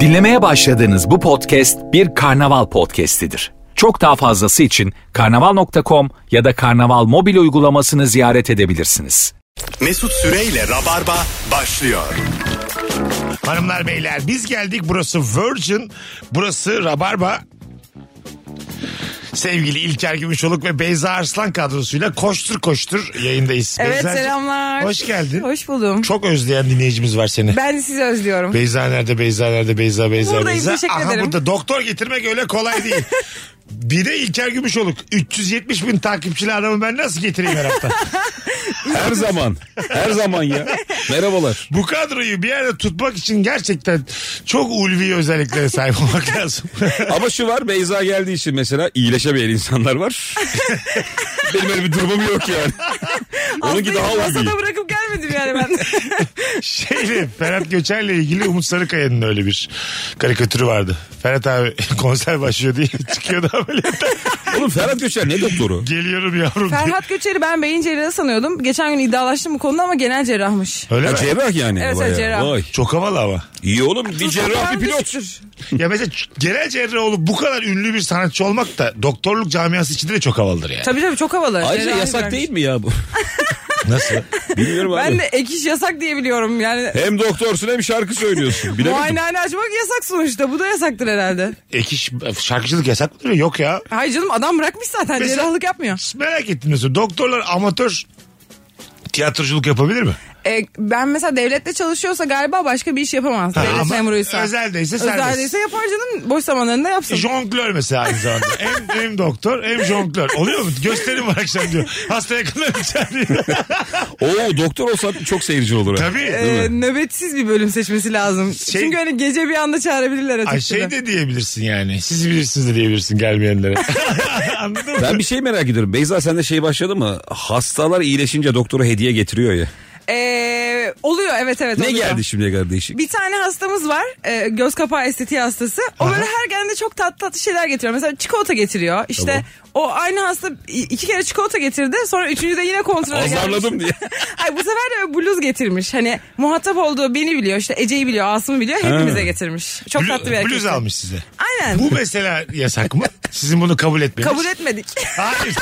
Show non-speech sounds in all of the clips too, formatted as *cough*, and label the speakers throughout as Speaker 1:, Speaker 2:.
Speaker 1: Dinlemeye başladığınız bu podcast bir karnaval podcastidir. Çok daha fazlası için karnaval.com ya da karnaval mobil uygulamasını ziyaret edebilirsiniz.
Speaker 2: Mesut Süreyle Rabarba başlıyor.
Speaker 3: Hanımlar beyler biz geldik burası Virgin burası Rabarba Sevgili İlker Gümüşoluk ve Beyza Arslan kadrosuyla koştur koştur yayındayız.
Speaker 4: Evet
Speaker 3: Beyzacığım,
Speaker 4: selamlar.
Speaker 3: Hoş geldin.
Speaker 4: Hoş buldum.
Speaker 3: Çok özleyen dinleyicimiz var seni.
Speaker 4: Ben sizi özlüyorum.
Speaker 3: Beyza nerede Beyza nerede Beyza Beyza
Speaker 4: Buradayım,
Speaker 3: Beyza.
Speaker 4: teşekkür
Speaker 3: Aha
Speaker 4: ederim.
Speaker 3: burada doktor getirmek öyle kolay
Speaker 4: *laughs*
Speaker 3: değil. Bir de İlker Gümüşoluk 370 bin takipçili adamı ben nasıl getireyim her
Speaker 4: *laughs*
Speaker 3: hafta?
Speaker 5: Her zaman. Her zaman ya. Merhabalar.
Speaker 3: Bu kadroyu bir yerde tutmak için gerçekten çok ulvi özelliklere sahip
Speaker 4: *laughs*
Speaker 3: olmak lazım.
Speaker 5: Ama şu var Beyza geldiği için mesela iyileşemeyen insanlar var. *laughs* Benim öyle bir durumum yok yani.
Speaker 4: *laughs*
Speaker 5: Onunki
Speaker 4: Hastayı
Speaker 5: daha ulvi.
Speaker 4: Masada bırakıp gelmedim yani ben. *laughs*
Speaker 3: Şeyle Ferhat Göçer'le ilgili Umut Sarıkaya'nın öyle bir karikatürü vardı. Ferhat abi *laughs* konser başlıyor diye çıkıyordu ameliyata.
Speaker 5: Oğlum Ferhat Göçer
Speaker 4: *laughs*
Speaker 5: ne doktoru?
Speaker 3: Geliyorum yavrum diye.
Speaker 4: Ferhat Göçer'i ben beyin cerrahı sanıyordum. Geçen gün iddialaştım bu konuda ama genel cerrahmış.
Speaker 3: Öyle
Speaker 5: Ha,
Speaker 3: mi?
Speaker 5: cerrah yani.
Speaker 4: Evet,
Speaker 5: bayağı.
Speaker 4: cerrah.
Speaker 5: Vay.
Speaker 3: Çok havalı ama.
Speaker 5: İyi oğlum bir cerrah bir pilot.
Speaker 4: Düşüktür.
Speaker 3: ya mesela genel cerrah olup bu kadar ünlü bir sanatçı olmak da doktorluk camiası içinde de çok havalıdır yani.
Speaker 4: Tabii tabii çok havalı.
Speaker 5: Ayrıca
Speaker 4: Cerrahi
Speaker 5: yasak
Speaker 4: bırakmış.
Speaker 5: değil
Speaker 4: *laughs*
Speaker 5: mi ya bu?
Speaker 3: Nasıl?
Speaker 5: Bilmiyorum abi.
Speaker 4: Ben de ek iş yasak diye biliyorum yani.
Speaker 5: Hem doktorsun hem şarkı söylüyorsun. E, Bilemedim.
Speaker 4: Muayenehane açmak yasak sonuçta. Bu da yasaktır herhalde.
Speaker 3: Ek iş, şarkıcılık yasak mıdır? Yok ya.
Speaker 4: Hayır canım adam bırakmış zaten.
Speaker 3: Mesela-
Speaker 4: Cerrahlık yapmıyor.
Speaker 3: Merak ettim mesela. Doktorlar amatör tiyatroculuk yapabilir mi?
Speaker 4: E, ben mesela devlette çalışıyorsa galiba başka bir iş yapamaz.
Speaker 3: Ha,
Speaker 4: devlet
Speaker 3: ama
Speaker 4: memuruysa.
Speaker 3: özeldeyse serbest.
Speaker 4: Özeldeyse yapar canım. Boş zamanlarında yapsın.
Speaker 3: Jonglör mesela aynı zamanda. hem, hem doktor hem jonglör. Oluyor mu? Gösterim var akşam diyor. Hasta yakında *laughs* ölçer diyor.
Speaker 5: Oo doktor olsan çok seyirci olur. ha.
Speaker 3: Tabii.
Speaker 4: Ee, nöbetsiz bir bölüm seçmesi lazım.
Speaker 3: Şey-
Speaker 4: Çünkü hani gece bir anda çağırabilirler
Speaker 3: Ay
Speaker 4: açıkçası.
Speaker 3: şey de diyebilirsin yani. Siz bilirsiniz de diyebilirsin gelmeyenlere. *laughs* Anladın mı?
Speaker 5: Ben bir şey merak ediyorum. Beyza sende şey başladı mı? Hastalar iyileşince doktora hediye getiriyor ya.
Speaker 4: Ee, oluyor evet evet
Speaker 5: Ne
Speaker 4: oluyor.
Speaker 5: geldi şimdiye kadar değişik?
Speaker 4: Bir tane hastamız var. e, göz kapağı estetiği hastası. O böyle her geldiğinde çok tatlı tatlı şeyler getiriyor. Mesela çikolata getiriyor. İşte o aynı hasta i- iki kere çikolata getirdi. Sonra üçüncü de yine kontrole gelmiş.
Speaker 5: Azarladım diye.
Speaker 4: *laughs* Ay bu sefer de böyle bluz getirmiş. Hani muhatap olduğu beni biliyor. işte Ece'yi biliyor, Asım'ı biliyor. Hepimize getirmiş. Çok
Speaker 3: Blu-
Speaker 4: tatlı bir erkek.
Speaker 3: Bluz almış size.
Speaker 4: Aynen.
Speaker 3: Bu mesela yasak mı? Sizin bunu kabul etmeniz.
Speaker 4: Kabul etmedik. *laughs*
Speaker 3: Hayır.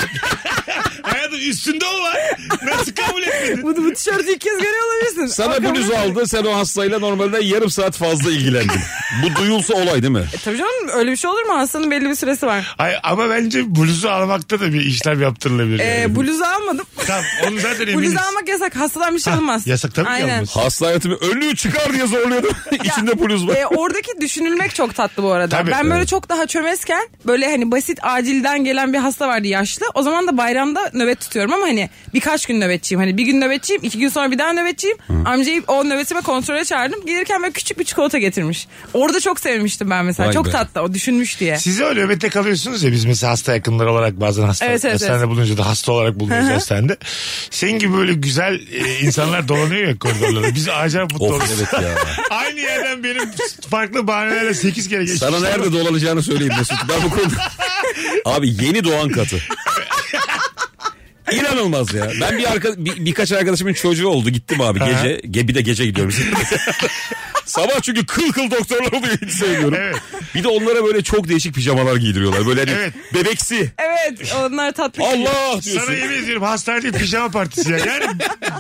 Speaker 3: Hayatım üstünde o var. Nasıl kabul etmedin?
Speaker 4: bu, bu tişörtü ilk kez görüyor olabilirsin. Ama
Speaker 5: Sana
Speaker 4: kabul
Speaker 5: bluz
Speaker 4: etmedik.
Speaker 5: aldı sen o hastayla normalde yarım saat fazla ilgilendin. *laughs* Bu duyulsa olay değil mi?
Speaker 4: Tabii canım öyle bir şey olur mu? Hastanın belli bir süresi var.
Speaker 3: Hayır, ama bence bluzu almakta da bir işlem yaptırılabilir.
Speaker 4: Ee,
Speaker 3: yani.
Speaker 4: bluzu almadım.
Speaker 3: Tamam onu zaten eminiz.
Speaker 4: Bluzu almak yasak. Hastadan bir şey alınmaz.
Speaker 3: yasak tabii ki
Speaker 4: Aynen.
Speaker 3: alınmaz.
Speaker 5: Hasta hayatımı önlüğü çıkar diye zorluyordum. *laughs* İçinde bluz var.
Speaker 4: Ee, oradaki düşünülmek çok tatlı bu arada.
Speaker 3: Tabii.
Speaker 4: ben böyle çok daha çömezken böyle hani basit acilden gelen bir hasta vardı yaşlı. O zaman da bayramda nöbet tutuyorum ama hani birkaç gün nöbetçiyim. Hani bir gün nöbetçiyim, iki gün sonra bir daha nöbetçiyim. Amcayı o nöbetime kontrole çağırdım. Gelirken böyle küçük bir çikolata getirmiş. Orada çok sevmiştim ben mesela.
Speaker 5: Vay
Speaker 4: çok
Speaker 5: be.
Speaker 4: tatlı o düşünmüş diye.
Speaker 3: Siz öyle nöbette kalıyorsunuz ya biz mesela hasta yakınları olarak bazen hasta
Speaker 4: Evet, evet,
Speaker 3: hastanede
Speaker 4: evet.
Speaker 3: bulunca da hasta olarak bulunuyoruz hastanede. Senin gibi böyle güzel e, insanlar dolanıyor ya koridorlarda. Biz acayip mutlu
Speaker 5: Of
Speaker 3: oluruz.
Speaker 5: evet ya.
Speaker 3: *laughs* Aynı yerden benim farklı bahanelerle 8 kere geçmiş.
Speaker 5: Sana nerede dolanacağını söyleyeyim Mesut. Ben bu konuda... *laughs* Abi yeni doğan katı. İnanılmaz ya. Ben bir, arka, bir- birkaç arkadaşımın çocuğu oldu. Gittim abi gece. Ge, bir de gece *laughs* gidiyorum. Sabah çünkü kıl kıl doktorlar oluyor hiç söylüyorum.
Speaker 3: Evet.
Speaker 5: Bir de onlara böyle çok değişik pijamalar giydiriyorlar. Böyle hani
Speaker 3: Evet.
Speaker 5: bebeksi.
Speaker 4: Evet onlar tatlı.
Speaker 5: Allah diyorsun.
Speaker 3: Sana yemin ediyorum hastanede pijama partisi ya. Yani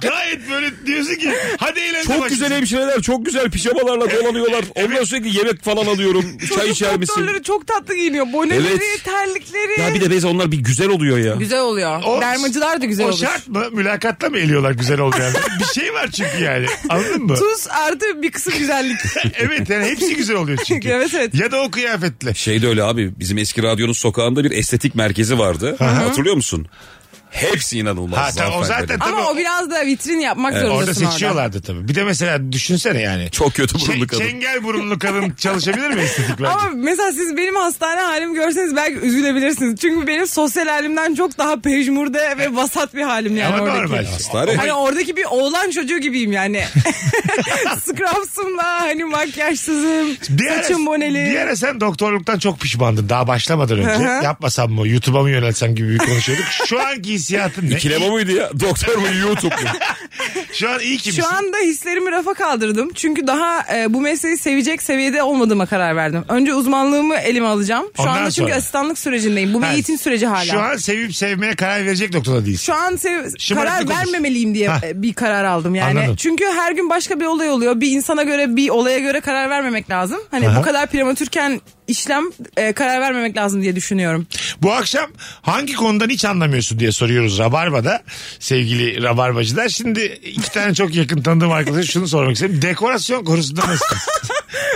Speaker 3: gayet böyle diyorsun ki hadi eğlence
Speaker 5: Çok
Speaker 3: başlasın.
Speaker 5: güzel hemşireler çok güzel pijamalarla dolanıyorlar. Ondan sürekli yemek falan
Speaker 3: *laughs*
Speaker 5: alıyorum. Çay
Speaker 4: Çocuk
Speaker 5: içer misin?
Speaker 4: doktorları çok tatlı giyiniyor. Boneleri,
Speaker 5: Evet.
Speaker 4: terlikleri.
Speaker 5: Ya bir de Beyza onlar bir güzel oluyor ya.
Speaker 4: Güzel oluyor.
Speaker 3: O-
Speaker 4: Dermacılar da güzel
Speaker 3: o
Speaker 4: olur.
Speaker 3: şart mı? Mülakatta mı eliyorlar güzel olmayan? bir şey var çünkü yani. Anladın mı?
Speaker 4: Tuz artı bir kısım
Speaker 5: *laughs*
Speaker 4: güzellik.
Speaker 3: evet yani hepsi güzel oluyor çünkü.
Speaker 4: *laughs* Evet, evet.
Speaker 3: Ya da o kıyafetle.
Speaker 5: Şey de öyle abi bizim eski radyonun sokağında bir estetik merkezi vardı. Hatırlıyor musun? Hepsi inanılmaz.
Speaker 3: Ha, tamam, o
Speaker 5: hanımefendilerin.
Speaker 3: zaten-
Speaker 4: Ama
Speaker 3: Tabii
Speaker 4: o biraz da vitrin yapmak
Speaker 3: Orada
Speaker 4: zorundasın orada.
Speaker 3: seçiyorlardı tabii. Bir de mesela düşünsene yani.
Speaker 5: Çok kötü burunlu
Speaker 3: Ç-
Speaker 5: kadın.
Speaker 3: Çengel burunlu kadın çalışabilir mi estetik bence?
Speaker 4: Ama mesela siz benim hastane halimi görseniz belki üzülebilirsiniz. Çünkü benim sosyal halimden çok daha pejmurde ve vasat bir halim yani
Speaker 3: Ama
Speaker 4: oradaki.
Speaker 3: normal.
Speaker 5: Hastane.
Speaker 4: Hani oradaki bir oğlan çocuğu gibiyim
Speaker 5: *laughs*
Speaker 4: yani. *laughs* Scrubs'ımla hani makyajsızım,
Speaker 3: Bir ara,
Speaker 4: saçım boneli.
Speaker 3: bir ara sen doktorluktan çok pişmandın daha başlamadan önce.
Speaker 4: Hı hı.
Speaker 3: Yapmasam mı YouTube'a mı
Speaker 4: *laughs*
Speaker 3: yönelsem gibi bir konuşuyorduk. Şu anki hissiyatın ne?
Speaker 5: *laughs* İkileme muydu ya? Doktor mu YouTube mu?
Speaker 3: Şu an iyi kimsin?
Speaker 4: Şu anda hislerimi rafa kaldırdım. Çünkü daha e, bu mesleği sevecek seviyede olmadığıma karar verdim. Önce uzmanlığımı elime alacağım. Şu
Speaker 3: Ondan
Speaker 4: anda çünkü
Speaker 3: sonra.
Speaker 4: asistanlık sürecindeyim. Bu bir
Speaker 3: Ha,
Speaker 4: eğitim süreci hala.
Speaker 3: Şu an sevip sevmeye karar verecek noktada değilsin.
Speaker 4: Şu an sev-
Speaker 3: Şımarıklık
Speaker 4: karar
Speaker 3: olur.
Speaker 4: vermemeliyim diye
Speaker 3: Ha.
Speaker 4: e, bir karar aldım yani.
Speaker 3: Anladım.
Speaker 4: Çünkü her gün başka bir olay oluyor. Bir insana göre bir olaya göre karar vermemek lazım. Hani
Speaker 3: Aha.
Speaker 4: bu kadar prematürken işlem e, karar vermemek lazım diye düşünüyorum.
Speaker 3: Bu akşam hangi konudan hiç anlamıyorsun diye soruyoruz Rabarba'da sevgili Rabarbacılar. Şimdi iki tane çok yakın tanıdığım arkadaşa şunu sormak istedim. Dekorasyon konusunda
Speaker 4: *laughs*
Speaker 3: nasılsınız?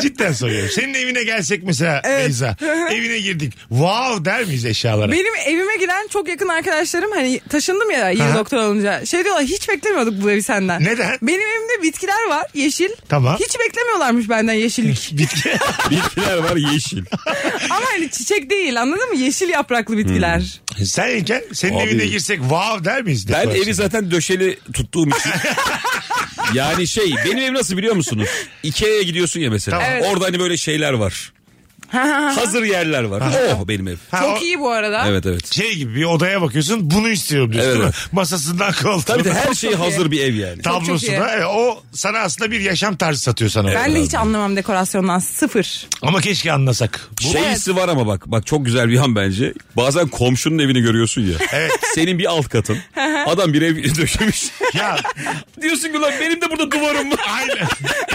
Speaker 3: Cidden soruyorum. Senin evine gelsek mesela
Speaker 4: *laughs*
Speaker 3: Beyza. evine girdik. Wow der miyiz eşyalara?
Speaker 4: Benim evime giren çok yakın arkadaşlarım hani taşındım ya yeni
Speaker 3: Aha.
Speaker 4: doktor olunca. Şey diyorlar hiç beklemiyorduk bu evi senden.
Speaker 3: Neden?
Speaker 4: Benim evimde bitkiler var yeşil.
Speaker 3: Tamam.
Speaker 4: Hiç beklemiyorlarmış
Speaker 3: *laughs*
Speaker 4: benden yeşillik.
Speaker 3: Bitki.
Speaker 5: Bitkiler var yeşil.
Speaker 3: *laughs*
Speaker 4: Ama hani çiçek değil anladın mı? Yeşil yapraklı bitkiler.
Speaker 3: Sen İlker, senin
Speaker 5: Abi.
Speaker 3: evine girsek wow der miyiz?
Speaker 5: Ben
Speaker 3: dekorasyon?
Speaker 5: evi zaten döşeli tuttuğum
Speaker 3: *laughs*
Speaker 5: için. yani şey benim ev nasıl biliyor musunuz? Ikea'ya gidiyorsun ya mesela.
Speaker 3: Tamam.
Speaker 5: Orada hani böyle şeyler var. *laughs* Hazır yerler var. oh benim ev.
Speaker 3: Hmm. Ha,
Speaker 4: Çok
Speaker 3: o
Speaker 4: iyi bu arada.
Speaker 5: Evet evet.
Speaker 3: Şey gibi bir odaya bakıyorsun bunu istiyorum diyorsun
Speaker 5: Evet,
Speaker 3: değil mi? Masasından koltuğuna.
Speaker 5: Tabii de her şey
Speaker 4: çok iyi.
Speaker 5: hazır bir ev yani.
Speaker 4: çok
Speaker 3: tablosu
Speaker 4: iyi.
Speaker 3: da evet, o sana aslında bir yaşam tarzı satıyor sana.
Speaker 4: Ben de hiç anlamam dekorasyondan sıfır.
Speaker 3: Ama keşke anlasak. Bu-
Speaker 5: Şeysi Şey var ama bak bak çok güzel bir an bence. Bazen komşunun evini görüyorsun ya. Senin bir alt katın. Adam bir ev *laughs* döşemiş.
Speaker 3: ya
Speaker 5: Diyorsun ki lan benim de burada duvarım var.
Speaker 3: aynı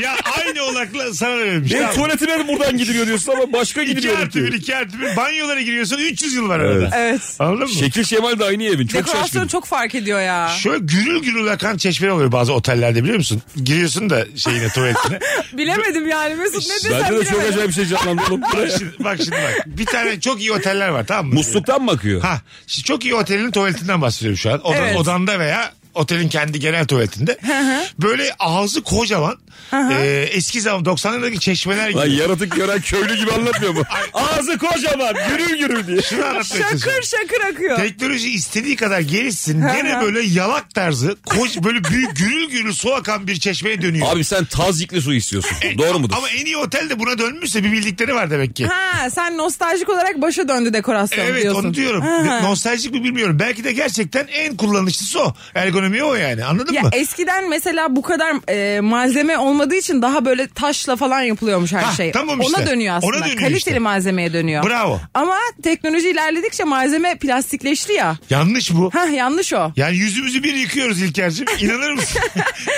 Speaker 3: ya aynı olakla sana da verilmiş.
Speaker 5: Benim
Speaker 3: Tamam.
Speaker 5: tuvaletime de buradan gidiliyor diyorsun ama başka
Speaker 3: İki
Speaker 5: gidiliyor.
Speaker 3: artı bir, iki artı bir. Banyolara giriyorsun 300 yıl var arada.
Speaker 4: Evet.
Speaker 3: Anladın mı?
Speaker 5: Şekil şemal de aynı evin. Çok
Speaker 4: Dekorasyon
Speaker 5: şaşkınım.
Speaker 4: çok fark ediyor ya.
Speaker 3: Şöyle gürül gürül akan çeşme oluyor bazı otellerde biliyor musun? Giriyorsun da şeyine tuvaletine.
Speaker 4: Bilemedim yani Mesut ne desem
Speaker 5: Bence de çok
Speaker 4: bilemedim.
Speaker 5: acayip bir şey canlandı
Speaker 3: *laughs*
Speaker 5: oğlum.
Speaker 3: bak, şimdi, bak şimdi bak. Bir tane çok iyi oteller var tamam mı?
Speaker 5: Musluktan mı akıyor?
Speaker 3: Ha, şimdi çok iyi otelin tuvaletinden bahsediyorum şu an. Odan,
Speaker 4: Evet.
Speaker 3: Odanda veya otelin kendi genel tuvaletinde. Böyle ağzı kocaman. e, eski zaman 90'lardaki çeşmeler gibi.
Speaker 5: Lan yaratık gören köylü gibi anlatmıyor mu? Ağzı kocaman gürül gürül diye.
Speaker 3: Şunu
Speaker 5: şey
Speaker 3: anlatmaya
Speaker 4: Şakır
Speaker 3: çalışıyorum.
Speaker 4: şakır akıyor.
Speaker 3: Teknoloji istediği kadar gelişsin. Gene
Speaker 4: hı.
Speaker 3: böyle yalak tarzı koş, böyle büyük gürül gürül su akan bir çeşmeye dönüyor.
Speaker 5: Abi sen tazikli su istiyorsun.
Speaker 3: *laughs*
Speaker 5: Doğru mudur?
Speaker 3: Ama en iyi otel de buna dönmüşse bir bildikleri var demek ki.
Speaker 4: Ha sen nostaljik olarak başa döndü dekorasyon
Speaker 3: Evet
Speaker 4: diyorsun.
Speaker 3: onu diyorum.
Speaker 4: Ha.
Speaker 3: Nostaljik mi bilmiyorum. Belki de gerçekten en kullanışlısı o. Ergonomi o yani anladın
Speaker 4: Ya e-
Speaker 3: mı?
Speaker 4: eskiden mesela bu kadar e, malzeme olmadığı için daha böyle taşla falan yapılıyormuş her
Speaker 3: Ha,
Speaker 4: şey.
Speaker 3: tamam
Speaker 4: Ona
Speaker 3: işte.
Speaker 4: dönüyor aslında.
Speaker 3: Ona dönüyor
Speaker 4: Kaliteli
Speaker 3: işte.
Speaker 4: malzemeye dönüyor.
Speaker 3: Bravo.
Speaker 4: Ama teknoloji ilerledikçe malzeme plastikleşti ya.
Speaker 3: Yanlış bu.
Speaker 4: Hah yanlış o.
Speaker 3: Yani yüzümüzü bir yıkıyoruz İlker'cim. İnanır
Speaker 4: *laughs*
Speaker 3: mısın?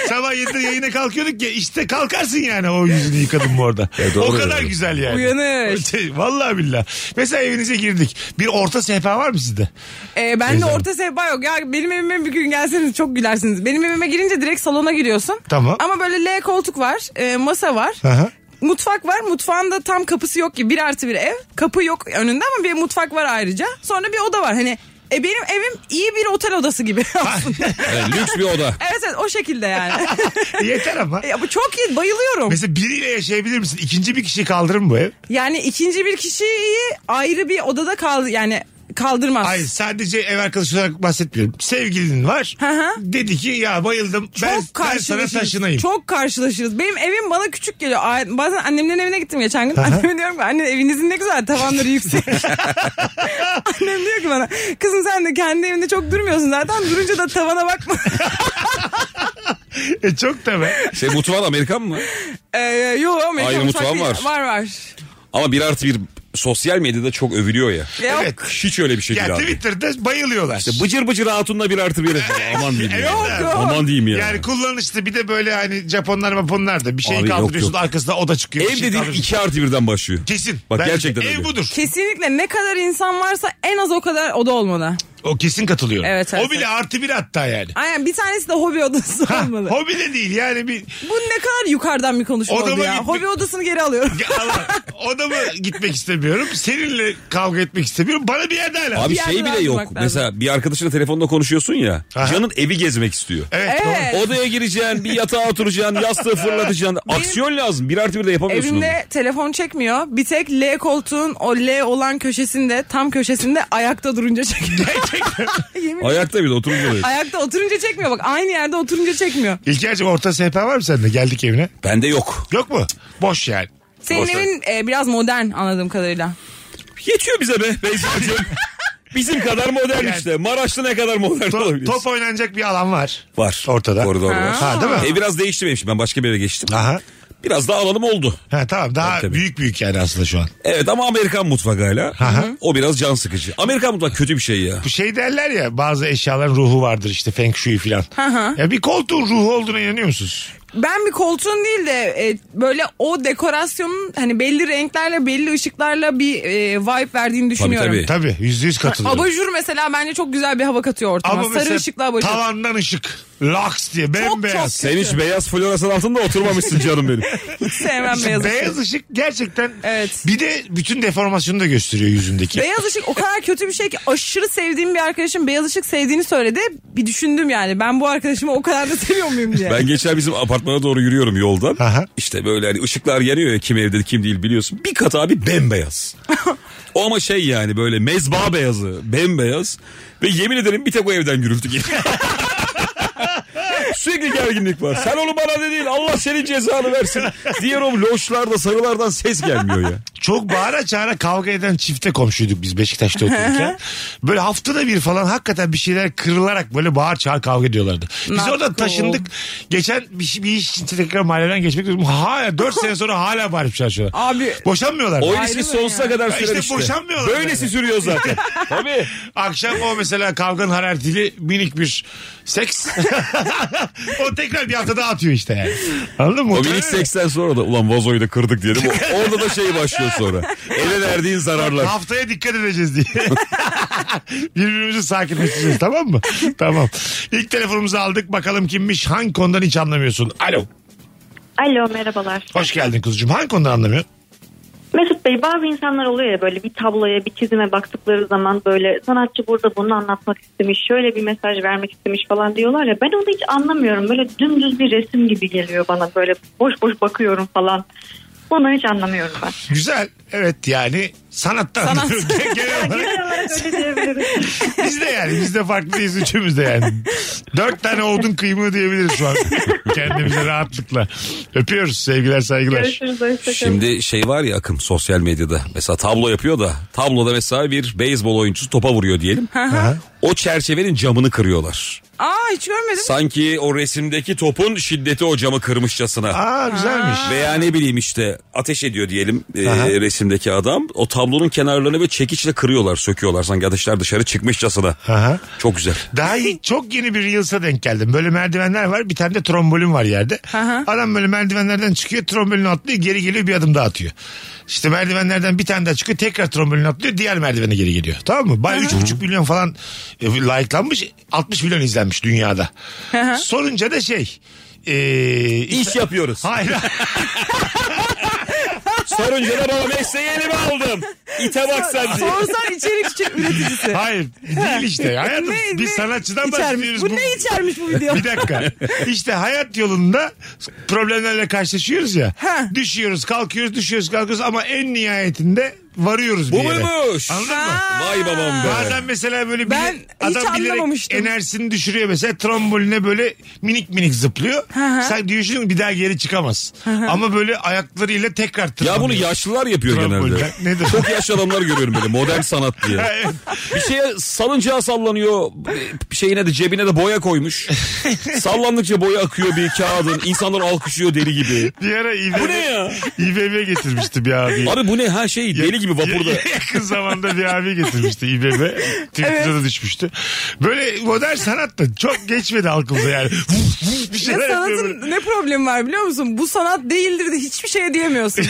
Speaker 3: Sabah 7'de yayına kalkıyorduk ya işte kalkarsın yani o yüzünü yıkadım bu arada.
Speaker 5: Ya doğru
Speaker 3: o kadar
Speaker 5: diyorum.
Speaker 3: güzel yani.
Speaker 4: Uyanır.
Speaker 3: Şey, Vallahi billah. Mesela evinize girdik. Bir orta sehpa var mı sizde?
Speaker 4: E, ben de
Speaker 3: Güzel.
Speaker 4: orta sehpa yok. Ya benim evime bir gün gelseniz çok gülersiniz. Benim evime girince direkt salona giriyorsun.
Speaker 3: Tamam.
Speaker 4: Ama böyle L koltuk var, e, masa var.
Speaker 3: Aha.
Speaker 4: Mutfak var. Mutfağın da tam kapısı yok gibi. Bir artı bir ev. Kapı yok önünde ama bir mutfak var ayrıca. Sonra bir oda var. Hani e, benim evim iyi bir otel odası gibi *laughs* aslında.
Speaker 5: Evet, lüks bir oda.
Speaker 4: evet evet o şekilde yani. *laughs*
Speaker 3: *laughs* Yeter ama.
Speaker 4: ya, bu çok iyi bayılıyorum.
Speaker 3: Mesela biriyle yaşayabilir misin? İkinci bir kişi kaldırır mı bu ev?
Speaker 4: Yani ikinci bir kişiyi ayrı bir odada kaldı yani kaldırmaz.
Speaker 3: Hayır sadece ev arkadaşı olarak bahsetmiyorum. Sevgilin var.
Speaker 4: Hı hı.
Speaker 3: Dedi ki ya bayıldım ben,
Speaker 4: çok
Speaker 3: ben sana
Speaker 4: karşılaşırız.
Speaker 3: taşınayım.
Speaker 4: Çok karşılaşırız. Benim evim bana küçük geliyor. Ay- Bazen annemlerin evine gittim geçen gün. Anneme diyorum ki anne evinizin ne güzel
Speaker 3: *laughs*
Speaker 4: tavanları yüksek. Annem diyor ki bana kızım sen de kendi evinde çok durmuyorsun zaten durunca da tavana bakma. *laughs*
Speaker 3: E, çok tabii.
Speaker 5: Şey mutfağın Amerikan mı?
Speaker 4: ee, yo Amerika
Speaker 5: Ayrı
Speaker 4: mutfak
Speaker 5: mutfağın
Speaker 4: değil.
Speaker 5: var.
Speaker 4: Var var.
Speaker 5: Ama bir artı bir sosyal medyada çok övülüyor ya.
Speaker 4: Yok.
Speaker 3: Evet.
Speaker 5: Hiç öyle bir şey
Speaker 3: Ya
Speaker 5: değil abi.
Speaker 3: Twitter'da bayılıyorlar.
Speaker 5: İşte bıcır bıcır hatunla bir
Speaker 3: *laughs*
Speaker 5: artı bir. Aman diyeyim ya.
Speaker 3: Yok,
Speaker 4: yok.
Speaker 5: Aman diyeyim ya.
Speaker 3: Yani kullanışlı bir de böyle hani Japonlar Maponlar da bir şey
Speaker 5: Abi yok,
Speaker 3: kaldırıyorsun
Speaker 5: yok.
Speaker 3: arkasında o da çıkıyor. bir
Speaker 5: Ev
Speaker 3: şey
Speaker 5: dediğin
Speaker 3: kaldırıyorsun.
Speaker 5: iki artı birden başlıyor.
Speaker 3: Kesin.
Speaker 5: Bak
Speaker 3: Bence
Speaker 5: gerçekten
Speaker 3: Ev
Speaker 5: öyle.
Speaker 3: budur.
Speaker 4: Kesinlikle ne kadar insan varsa en az o kadar oda olmalı.
Speaker 3: O kesin katılıyor.
Speaker 4: Evet, evet,
Speaker 3: o bile artı bir hatta yani.
Speaker 4: Aynen bir tanesi de hobi odası olmalı.
Speaker 3: Hobi de değil yani bir
Speaker 4: Bu ne kadar yukarıdan bir konuşma
Speaker 3: Odama
Speaker 4: oldu ya.
Speaker 3: gitmek-
Speaker 4: Hobi odasını geri alıyorum.
Speaker 3: Allah, odama gitmek istemiyorum. Seninle kavga etmek istemiyorum. Bana bir yerde hala.
Speaker 5: Abi
Speaker 4: Bir
Speaker 5: şey
Speaker 4: yerden
Speaker 5: bile yok.
Speaker 4: bakmak lazım.
Speaker 5: Mesela bir arkadaşınla telefonda konuşuyorsun ya.
Speaker 3: Aha.
Speaker 5: Canın evi gezmek istiyor.
Speaker 3: Evet, doğru.
Speaker 4: Evet.
Speaker 5: Odaya gireceksin, bir yatağa oturacaksın, yastığı fırlatacaksın. Aksiyon lazım. Bir artı bir de yapamıyorsun onu.
Speaker 4: Evimde telefon çekmiyor. Bir tek L koltuğun o L olan köşesinde tam köşesinde ayakta durunca *laughs* çekiyor. Yemin
Speaker 5: Ayakta bir de oturunca da yok.
Speaker 4: Ayakta oturunca çekmiyor bak aynı yerde oturunca çekmiyor.
Speaker 3: *laughs* İlker'cim orta sehpa var mı sende? Geldik evine.
Speaker 5: Bende yok.
Speaker 3: Yok mu? Boş
Speaker 5: *laughs*
Speaker 3: yani.
Speaker 4: Senin
Speaker 5: Boş ver.
Speaker 4: evin e, biraz modern anladığım kadarıyla.
Speaker 3: *laughs*
Speaker 5: Yetiyor bize be Beyza'cığım. Bizim kadar modern
Speaker 3: Yani-
Speaker 5: işte. Maraşlı ne kadar modern
Speaker 3: To-
Speaker 5: olabilir?
Speaker 3: top oynanacak bir alan var.
Speaker 5: var.
Speaker 3: Ortada.
Speaker 5: Koridor var.
Speaker 3: Ha, değil mi?
Speaker 5: E, biraz değişti benim şimdi. Ben başka bir yere geçtim.
Speaker 3: Aha.
Speaker 5: Biraz daha alanım oldu.
Speaker 3: Ha, tamam daha
Speaker 5: Tabii, tabii.
Speaker 3: büyük büyük yani aslında şu an.
Speaker 5: Evet ama Amerikan mutfağı hala.
Speaker 3: hı.
Speaker 5: O biraz can sıkıcı. Amerikan mutfağı kötü bir şey ya.
Speaker 3: Bu şey derler ya bazı eşyaların ruhu vardır işte feng shui filan.
Speaker 4: hı.
Speaker 3: Ya bir koltuğun ruhu olduğuna inanıyor musunuz?
Speaker 4: Ben bir koltuğun değil de e, böyle o dekorasyonun hani belli renklerle belli ışıklarla bir e, vibe verdiğini düşünüyorum.
Speaker 5: tabii.
Speaker 3: Tabii yüzde yüz katılıyorum.
Speaker 4: Abajur mesela bence çok güzel bir hava katıyor ortama.
Speaker 3: Ama
Speaker 4: Sarı
Speaker 3: mesela
Speaker 4: ışıklı abajur.
Speaker 3: Tavandan ışık. Laks diye bembeyaz.
Speaker 5: Sen hiç beyaz floresan altında oturmamışsın canım
Speaker 3: *laughs*
Speaker 5: benim.
Speaker 4: Hiç sevmem
Speaker 3: İşte
Speaker 4: beyaz ışık.
Speaker 3: beyaz ışık gerçekten
Speaker 4: Evet.
Speaker 3: bir de bütün deformasyonu da gösteriyor yüzündeki.
Speaker 4: Beyaz ışık o kadar kötü bir şey ki aşırı sevdiğim bir arkadaşım beyaz ışık sevdiğini söyledi. Bir düşündüm yani ben bu arkadaşımı o kadar da seviyor muyum diye.
Speaker 5: Ben geçen bizim apartmana doğru yürüyorum yoldan.
Speaker 3: Aha.
Speaker 5: İşte böyle hani ışıklar yanıyor ya kim evde kim değil biliyorsun. Bir kat abi
Speaker 3: *laughs*
Speaker 5: bembeyaz. o ama şey yani böyle mezba beyazı bembeyaz. Ve yemin ederim bir tek o evden gürültü
Speaker 3: *laughs*
Speaker 5: geliyor. Sürekli gerginlik var. Sen onu bana de değil Allah senin cezanı versin. Diğer o loşlarda sarılardan ses gelmiyor ya.
Speaker 3: Çok bağıra çağıra kavga eden çifte komşuyduk biz Beşiktaş'ta otururken. böyle haftada bir falan hakikaten bir şeyler kırılarak böyle bağır çağır kavga ediyorlardı. Biz
Speaker 4: Not
Speaker 3: orada
Speaker 4: cool.
Speaker 3: taşındık. Geçen bir, şey- bir iş için tekrar mahalleden geçmek üzere. Hala 4 sene sonra hala bağırmışlar şu an.
Speaker 4: Abi
Speaker 3: Boşanmıyorlar.
Speaker 5: O
Speaker 3: mı?
Speaker 4: Ayrı
Speaker 5: ilişki
Speaker 4: mı
Speaker 5: sonsuza
Speaker 4: ya?
Speaker 5: kadar
Speaker 3: Ya
Speaker 5: sürer
Speaker 3: işte
Speaker 5: işte.
Speaker 3: boşanmıyorlar
Speaker 5: Böylesi
Speaker 3: yani. *laughs*
Speaker 5: sürüyor zaten. Tabii.
Speaker 3: Akşam o mesela kavganın hararetiyle minik bir
Speaker 4: *laughs*
Speaker 3: seks. *laughs* o tekrar bir hafta daha atıyor işte yani. Anladın mı?
Speaker 5: O minik seksten sonra da ulan vazoyu da kırdık diyelim. O- Orada da şey başlıyor sonra. Ele verdiğin zararlar.
Speaker 3: Haftaya dikkat edeceğiz diye. *laughs* Birbirimizi sakinleştireceğiz tamam mı? tamam. İlk telefonumuzu aldık. Bakalım kimmiş? Hangi konudan hiç anlamıyorsun? Alo.
Speaker 6: Alo merhabalar.
Speaker 3: Hoş geldin kuzucuğum. Hangi konudan anlamıyor?
Speaker 6: Mesut Bey bazı insanlar oluyor ya böyle bir tabloya bir çizime baktıkları zaman böyle sanatçı burada bunu anlatmak istemiş şöyle bir mesaj vermek istemiş falan diyorlar ya ben onu hiç anlamıyorum böyle dümdüz bir resim gibi geliyor bana böyle boş boş bakıyorum falan. Bunu hiç anlamıyorum ben.
Speaker 3: Güzel. Evet yani sanattan
Speaker 4: Sanat.
Speaker 3: anlamıyorum. Genel
Speaker 6: *laughs*
Speaker 3: olarak
Speaker 6: Genel olarak öyle diyebiliriz.
Speaker 3: biz de yani biz de farklı değiliz üçümüz de yani. Dört tane odun kıymığı diyebiliriz şu an. Kendimize rahatlıkla. Öpüyoruz sevgiler saygılar.
Speaker 6: Görüşürüz. hoşça kalın.
Speaker 5: Şimdi şey var ya akım sosyal medyada. Mesela tablo yapıyor da tabloda mesela bir beyzbol oyuncusu topa vuruyor diyelim. o çerçevenin camını kırıyorlar.
Speaker 4: aa hiç görmedim.
Speaker 5: Sanki o resimdeki topun şiddeti o camı kırmışçasına.
Speaker 3: Aa güzelmiş.
Speaker 5: Veya ne bileyim işte ateş ediyor diyelim e,
Speaker 3: Aha.
Speaker 5: resimdeki adam. O tablonun kenarlarını böyle çekiçle kırıyorlar söküyorlar. Sanki ateşler dışarı çıkmışçasına.
Speaker 3: Aha.
Speaker 5: Çok güzel.
Speaker 3: Daha iyi, çok yeni bir Reels'a denk geldim. Böyle merdivenler var. Bir tane de trombolin var yerde.
Speaker 4: hı.
Speaker 3: Adam böyle merdivenlerden çıkıyor. Trombolini atlıyor. Geri geliyor bir adım daha atıyor. İşte merdivenlerden bir tane daha çıkıyor. Tekrar trombolini atlıyor. Diğer merdivene geri geliyor. Tamam mı? Bay 3,5 milyon falan e, like'lanmış. 60 milyon izlenmiş dünyada. Sorunca da şey. E,
Speaker 5: İş yapıyoruz.
Speaker 3: Hayır.
Speaker 5: Sorunca da bana mesleği elime aldım. İte bak sen diye.
Speaker 4: Sorsan içerik çe- üreticisi.
Speaker 3: Hayır. Değil
Speaker 4: *laughs*
Speaker 3: işte. Hayatım
Speaker 4: Ne-
Speaker 3: bir
Speaker 4: ne
Speaker 3: sanatçıdan
Speaker 4: içermiş?
Speaker 3: bahsediyoruz.
Speaker 4: Bu, ne içermiş bu video?
Speaker 3: Bir dakika. İşte hayat yolunda problemlerle karşılaşıyoruz ya.
Speaker 4: Heh.
Speaker 3: Düşüyoruz, kalkıyoruz, düşüyoruz, kalkıyoruz ama en nihayetinde varıyoruz bir
Speaker 5: Bu
Speaker 3: yere.
Speaker 5: muymuş?
Speaker 3: Anladın mı?
Speaker 5: Vay babam be.
Speaker 3: Bazen mesela böyle bir
Speaker 4: Ben hiç
Speaker 3: adam bilerek
Speaker 4: anlamamıştım.
Speaker 3: enerjisini düşürüyor mesela tromboline böyle minik minik zıplıyor. Sen diyorsun bir daha geri çıkamaz. Ama böyle ayaklarıyla tekrar
Speaker 5: Ya bunu
Speaker 3: tırmanıyor.
Speaker 5: yaşlılar yapıyor
Speaker 3: Trombolin.
Speaker 5: genelde. *laughs*
Speaker 3: Nedir? *laughs*
Speaker 5: Çok yaşlı adamlar görüyorum böyle modern sanat diye.
Speaker 3: Evet.
Speaker 5: Bir şeye salıncağa sallanıyor. Bir şeyine de cebine de boya koymuş. Sallandıkça boya akıyor bir kağıdın. İnsanlar alkışıyor deli gibi.
Speaker 3: Bir ara İBB,
Speaker 5: Bu ne ya?
Speaker 3: İBB getirmişti bir
Speaker 5: *laughs*
Speaker 3: abi.
Speaker 5: Abi bu ne her şey deli gibi vapurda.
Speaker 3: *laughs* Yakın zamanda bir abi getirmişti İBB. Twitter'a da düşmüştü. Böyle modern sanat da çok geçmedi halkımıza yani. bir
Speaker 4: Ya
Speaker 3: şeyler yapıyor böyle.
Speaker 4: sanatın ne problemi var biliyor musun? Bu sanat değildir de hiçbir şey diyemiyorsun.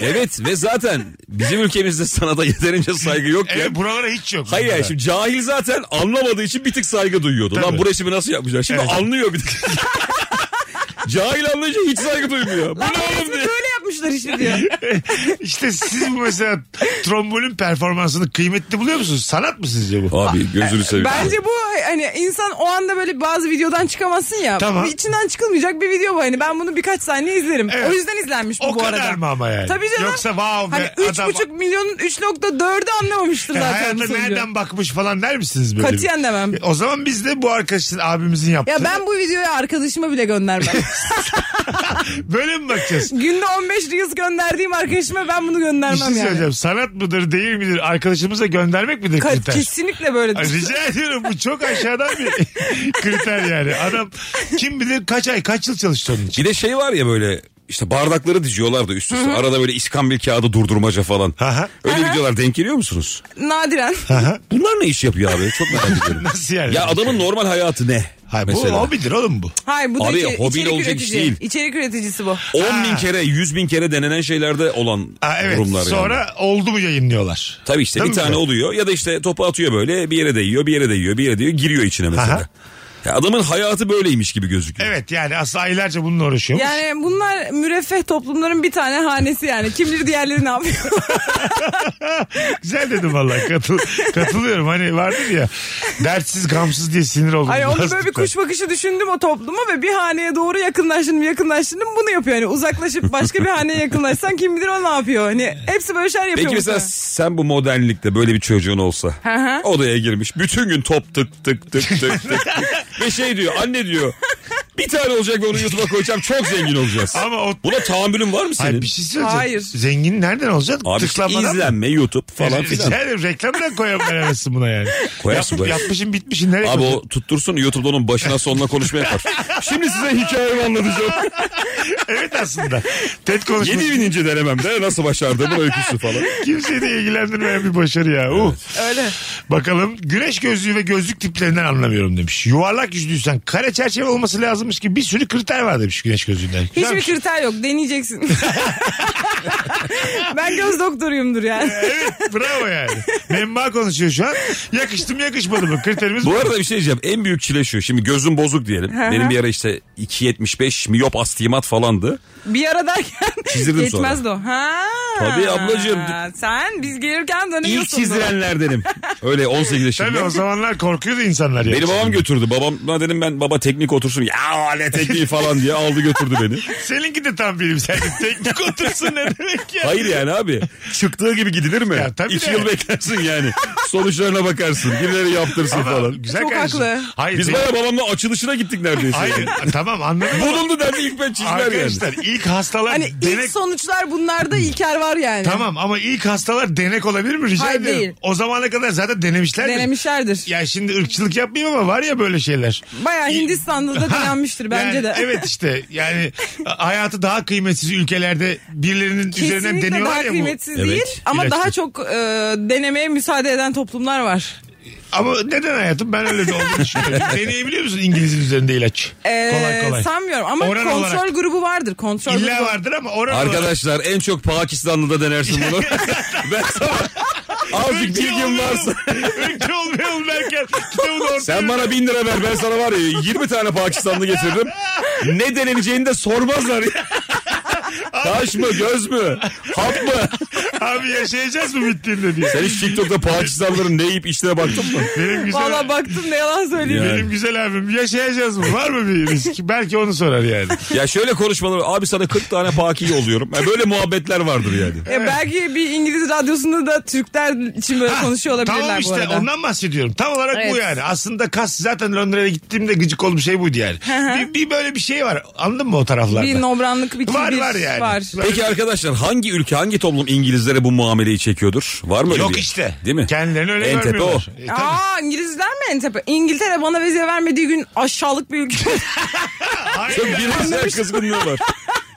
Speaker 5: Evet ve zaten bizim ülkemizde sanata yeterince saygı yok ya.
Speaker 3: Evet buralara hiç yok.
Speaker 5: Hayır yani
Speaker 3: Buralara.
Speaker 5: şimdi cahil zaten anlamadığı için bir tık saygı duyuyordu.
Speaker 3: Tabii.
Speaker 5: Lan bu resmi nasıl yapmışlar? Şimdi
Speaker 3: Evet. *laughs*
Speaker 5: anlıyor bir tık. cahil anlayınca hiç saygı duymuyor. Bu ne oğlum diye.
Speaker 4: Böyle yapmışlar işte diyor.
Speaker 3: *laughs* İşte siz bu mesela trombolün performansını kıymetli buluyor musunuz? Sanat mı sizce bu?
Speaker 5: Abi gözünü seveyim.
Speaker 4: Bence bu hani insan o anda böyle bazı videodan çıkamazsın ya.
Speaker 3: Tamam.
Speaker 4: Bir İçinden çıkılmayacak bir video bu hani. Ben bunu birkaç saniye izlerim.
Speaker 3: Evet.
Speaker 4: O yüzden izlenmiş bu
Speaker 3: O
Speaker 4: bu
Speaker 3: kadar
Speaker 4: arada.
Speaker 3: mı ama yani?
Speaker 4: Tabii canım.
Speaker 3: Yoksa wow
Speaker 4: hani
Speaker 3: be, adam-
Speaker 4: 3,5 milyonun 3.4'ü
Speaker 3: *laughs*
Speaker 4: anlamamıştır
Speaker 3: E,
Speaker 4: zaten. bu
Speaker 3: hayata
Speaker 4: sonucu.
Speaker 3: nereden bakmış falan der misiniz böyle?
Speaker 4: Katiyen demem.
Speaker 3: E, O zaman biz de bu arkadaşın abimizin yaptığı. *laughs*
Speaker 4: Ya ben bu videoyu arkadaşıma bile göndermem.
Speaker 3: Böyle mi bakacağız?
Speaker 4: Günde 15 60 Reels gönderdiğim arkadaşıma ben bunu
Speaker 3: Bir şey
Speaker 4: göndermem
Speaker 3: söyleyeceğim.
Speaker 4: yani.
Speaker 3: Sanat mıdır değil midir? Arkadaşımıza göndermek midir
Speaker 4: Ka-
Speaker 3: kriter?
Speaker 4: kesinlikle böyle.
Speaker 3: Ay, Rica ediyorum bu çok aşağıdan bir
Speaker 4: *laughs*
Speaker 3: kriter yani. Adam kim bilir kaç ay kaç yıl çalıştı onun için.
Speaker 5: Bir de şey var ya böyle işte bardakları diziyorlar da üst üste. Arada böyle iskambil kağıdı durdurmaca falan.
Speaker 3: Aha.
Speaker 5: Öyle videolar denk geliyor musunuz?
Speaker 4: Nadiren.
Speaker 5: Bunlar ne iş yapıyor abi? Çok
Speaker 3: *laughs*
Speaker 5: merak ediyorum.
Speaker 3: Nasıl yani?
Speaker 5: ya adamın normal hayatı ne?
Speaker 3: Hayır, bu
Speaker 5: mesela.
Speaker 3: hobidir oğlum bu.
Speaker 4: Hayır bu da
Speaker 5: Abi,
Speaker 4: içe-
Speaker 5: hobiyle
Speaker 4: içerik
Speaker 5: olacak iş
Speaker 4: üretici.
Speaker 5: değil.
Speaker 4: İçerik üreticisi bu.
Speaker 5: 10 bin kere 100 bin kere denenen şeylerde olan
Speaker 3: Ha, evet.
Speaker 5: durumlar yani.
Speaker 3: Sonra oldu mu yayınlıyorlar.
Speaker 5: Tabii işte
Speaker 3: Değil
Speaker 5: bir
Speaker 3: mi?
Speaker 5: tane oluyor ya da işte topu atıyor böyle bir yere değiyor bir yere değiyor bir yere değiyor giriyor içine
Speaker 3: Aha.
Speaker 5: mesela. Ya adamın hayatı böyleymiş gibi gözüküyor.
Speaker 3: Evet yani aslında aylarca bununla uğraşıyor.
Speaker 4: Yani bunlar müreffeh toplumların bir tane hanesi yani. Kim bilir diğerleri ne yapıyor?
Speaker 3: *laughs* Güzel dedim vallahi katıl, katılıyorum. Hani vardır ya dertsiz gamsız diye sinir oldum.
Speaker 4: *laughs* Ay onu böyle
Speaker 3: Bastıklar.
Speaker 4: bir kuş bakışı düşündüm o topluma ve bir haneye doğru yakınlaştım yakınlaştım bunu yapıyor. Yani uzaklaşıp başka bir haneye yakınlaşsan kim bilir o ne yapıyor. Hani hepsi böyle şeyler yapıyor.
Speaker 5: Peki
Speaker 4: bu
Speaker 5: mesela
Speaker 4: sefer.
Speaker 5: sen bu modernlikte böyle bir çocuğun olsa
Speaker 4: hı.
Speaker 5: odaya girmiş bütün gün top tık tık tık tık tık tık.
Speaker 4: *laughs*
Speaker 5: ve şey diyor anne diyor bir tane olacak ve onu YouTube'a koyacağım çok zengin olacağız.
Speaker 3: Ama o-
Speaker 5: Buna tahammülün var mı senin?
Speaker 3: Hayır bir şey söyleyeceğim.
Speaker 4: Hayır.
Speaker 3: Zengin nereden olacak?
Speaker 5: Abi işte
Speaker 3: Tıklanmadan mı? şey
Speaker 5: izlenme YouTube falan
Speaker 3: Rica
Speaker 5: filan.
Speaker 3: ederim reklamdan koyamazsın buna yani.
Speaker 5: Koyarsın,
Speaker 3: Yap,
Speaker 5: koyarsın.
Speaker 3: yapmışım bitmişim nereye
Speaker 5: Abi
Speaker 3: koyacaksın?
Speaker 5: o tuttursun YouTube'da onun başına sonuna konuşma yapar. Şimdi size hikayemi anlatacağım.
Speaker 3: *laughs* Evet aslında. TED konuşması.
Speaker 5: Yeni bininci denememde nasıl başardığımın öyküsü falan.
Speaker 3: Kimseyi de ilgilendirmeyen bir başarı ya. Uh.
Speaker 4: Öyle.
Speaker 3: Bakalım güneş gözlüğü ve gözlük tiplerinden anlamıyorum demiş. Yuvarlak yüzlüysen kare çerçeve olması lazımmış ki bir sürü kriter var demiş güneş gözlüğünden.
Speaker 4: Hiçbir
Speaker 3: Güzelmiş.
Speaker 4: kriter yok *laughs* deneyeceksin. ben göz doktoruyumdur yani.
Speaker 3: Evet bravo yani. Memba konuşuyor şu an. Yakıştım yakışmadı mı? Kriterimiz
Speaker 5: Bu
Speaker 3: bu.
Speaker 5: arada bir şey diyeceğim. En büyük çile şu. Şimdi gözüm bozuk diyelim. Benim bir ara işte 2.75 miyop astigmat falandı.
Speaker 4: Bir ara derken
Speaker 5: Çizdirdim
Speaker 4: geçmez de o. Ha.
Speaker 5: Tabii ablacığım.
Speaker 4: Sen biz gelirken
Speaker 5: İlk
Speaker 4: dönüyorsun.
Speaker 5: çizdirenlerdenim.
Speaker 3: *laughs*
Speaker 5: Öyle 18
Speaker 3: Tabii
Speaker 5: yaşında.
Speaker 3: o zamanlar korkuyordu insanlar ya.
Speaker 5: Beni babam götürdü. Babam dedim ben baba teknik otursun. Ya
Speaker 3: *laughs*
Speaker 5: ne tekniği falan diye aldı götürdü beni.
Speaker 3: Seninki de tam bilimsel.
Speaker 5: *laughs*
Speaker 3: Teknik otursun ne demek ya.
Speaker 5: Hayır yani abi. Çıktığı gibi gidilir mi?
Speaker 3: Ya tabii
Speaker 5: İki
Speaker 3: de.
Speaker 5: yıl beklersin yani. Sonuçlarına bakarsın. Birileri yaptırsın falan.
Speaker 3: Güzel
Speaker 4: Çok
Speaker 3: kardeşim.
Speaker 4: haklı.
Speaker 3: Hayır,
Speaker 5: Biz
Speaker 3: değil.
Speaker 5: baya babamla açılışına gittik neredeyse.
Speaker 3: Hayır *laughs* tamam anladım. ama
Speaker 5: Bulundu derdi ilk ben çizdiler yani.
Speaker 3: Arkadaşlar ilk hastalar
Speaker 4: Hani
Speaker 3: denek...
Speaker 4: ilk sonuçlar bunlarda İlker var yani.
Speaker 3: Tamam ama ilk hastalar denek olabilir mi? Rica
Speaker 4: Hayır,
Speaker 3: ediyorum.
Speaker 4: değil.
Speaker 3: O zamana kadar zaten denemişlerdir.
Speaker 4: Denemişlerdir.
Speaker 3: Ya şimdi ırkçılık yapmayayım ama var ya böyle şeyler. *laughs*
Speaker 4: Bayağı Hindistan'da da denenmiştir bence
Speaker 3: Yani
Speaker 4: de.
Speaker 3: Evet işte yani hayatı daha kıymetsiz ülkelerde birilerinin üzerinden
Speaker 4: Kesinlikle
Speaker 3: deniyorlar
Speaker 4: daha
Speaker 3: ya bu.
Speaker 4: kıymetsiz
Speaker 5: Evet.
Speaker 4: değil ama
Speaker 3: İlaçtır.
Speaker 4: daha çok e, denemeye müsaade eden toplumlar var.
Speaker 3: Ama neden hayatım ben öyle de olduğunu
Speaker 5: *laughs*
Speaker 3: düşünüyorum. Deneyebiliyor musun İngiliz'in üzerinde ilaç?
Speaker 4: E,
Speaker 3: kolay kolay.
Speaker 4: Sanmıyorum ama
Speaker 3: Oran
Speaker 4: kontrol
Speaker 3: olarak.
Speaker 4: grubu vardır. Kontrol
Speaker 3: İlla
Speaker 4: grubu.
Speaker 3: vardır ama oran olarak.
Speaker 5: Arkadaşlar en çok Pakistanlı'da denersin
Speaker 3: *laughs*
Speaker 5: bunu. ben sana azıcık
Speaker 3: Ülke
Speaker 5: bilgim
Speaker 3: olmayalım. *laughs*
Speaker 5: varsa.
Speaker 3: Ülke olmayalım derken kitabın ortaya.
Speaker 5: Sen bana bin lira ver ben sana var ya 20 tane Pakistanlı getiririm. Ne deneneceğini de
Speaker 3: *laughs*
Speaker 5: sormazlar. ya. Taş mı göz mü hap mı?
Speaker 3: Abi yaşayacağız mı bittiğinde diye.
Speaker 5: Sen hiç TikTok'ta Pakistanlıların ne yiyip içtiğine baktın mı?
Speaker 3: Benim güzel
Speaker 4: Valla baktım ne yalan söyleyeyim.
Speaker 5: Yani.
Speaker 3: Benim güzel abim yaşayacağız mı? Var mı bir risk? Belki onu sorar yani.
Speaker 5: Ya şöyle konuşmalar abi sana 40 tane Paki yolluyorum. Ya böyle muhabbetler vardır yani.
Speaker 4: E, belki bir İngiliz radyosunda da Türkler için böyle konuşuyor olabilirler
Speaker 3: Tamam
Speaker 4: bu
Speaker 3: işte
Speaker 4: arada.
Speaker 3: ondan bahsediyorum. Tam olarak bu
Speaker 4: Evet.
Speaker 3: yani. Aslında kas zaten Londra'ya gittiğimde gıcık olduğum şey buydu yani. bir, bir böyle bir şey var. Anladın mı o taraflarda?
Speaker 4: Bir nobranlık bir kibir
Speaker 3: var var yani.
Speaker 4: var.
Speaker 5: Peki arkadaşlar hangi ülke hangi toplum İngilizlere bu muameleyi çekiyordur? Var mı öyle
Speaker 3: Yok
Speaker 5: bir-
Speaker 3: işte.
Speaker 5: Değil mi?
Speaker 3: Kendilerini öyle
Speaker 5: En tepe
Speaker 3: görmüyorlar. E, tabii.
Speaker 4: Aa İngilizler mi en tepe? İngiltere bana vize vermediği gün aşağılık bir
Speaker 3: *laughs*
Speaker 4: ülke.
Speaker 3: Hayır
Speaker 5: Çok
Speaker 3: ya.
Speaker 5: bireysel kızgınlığı var.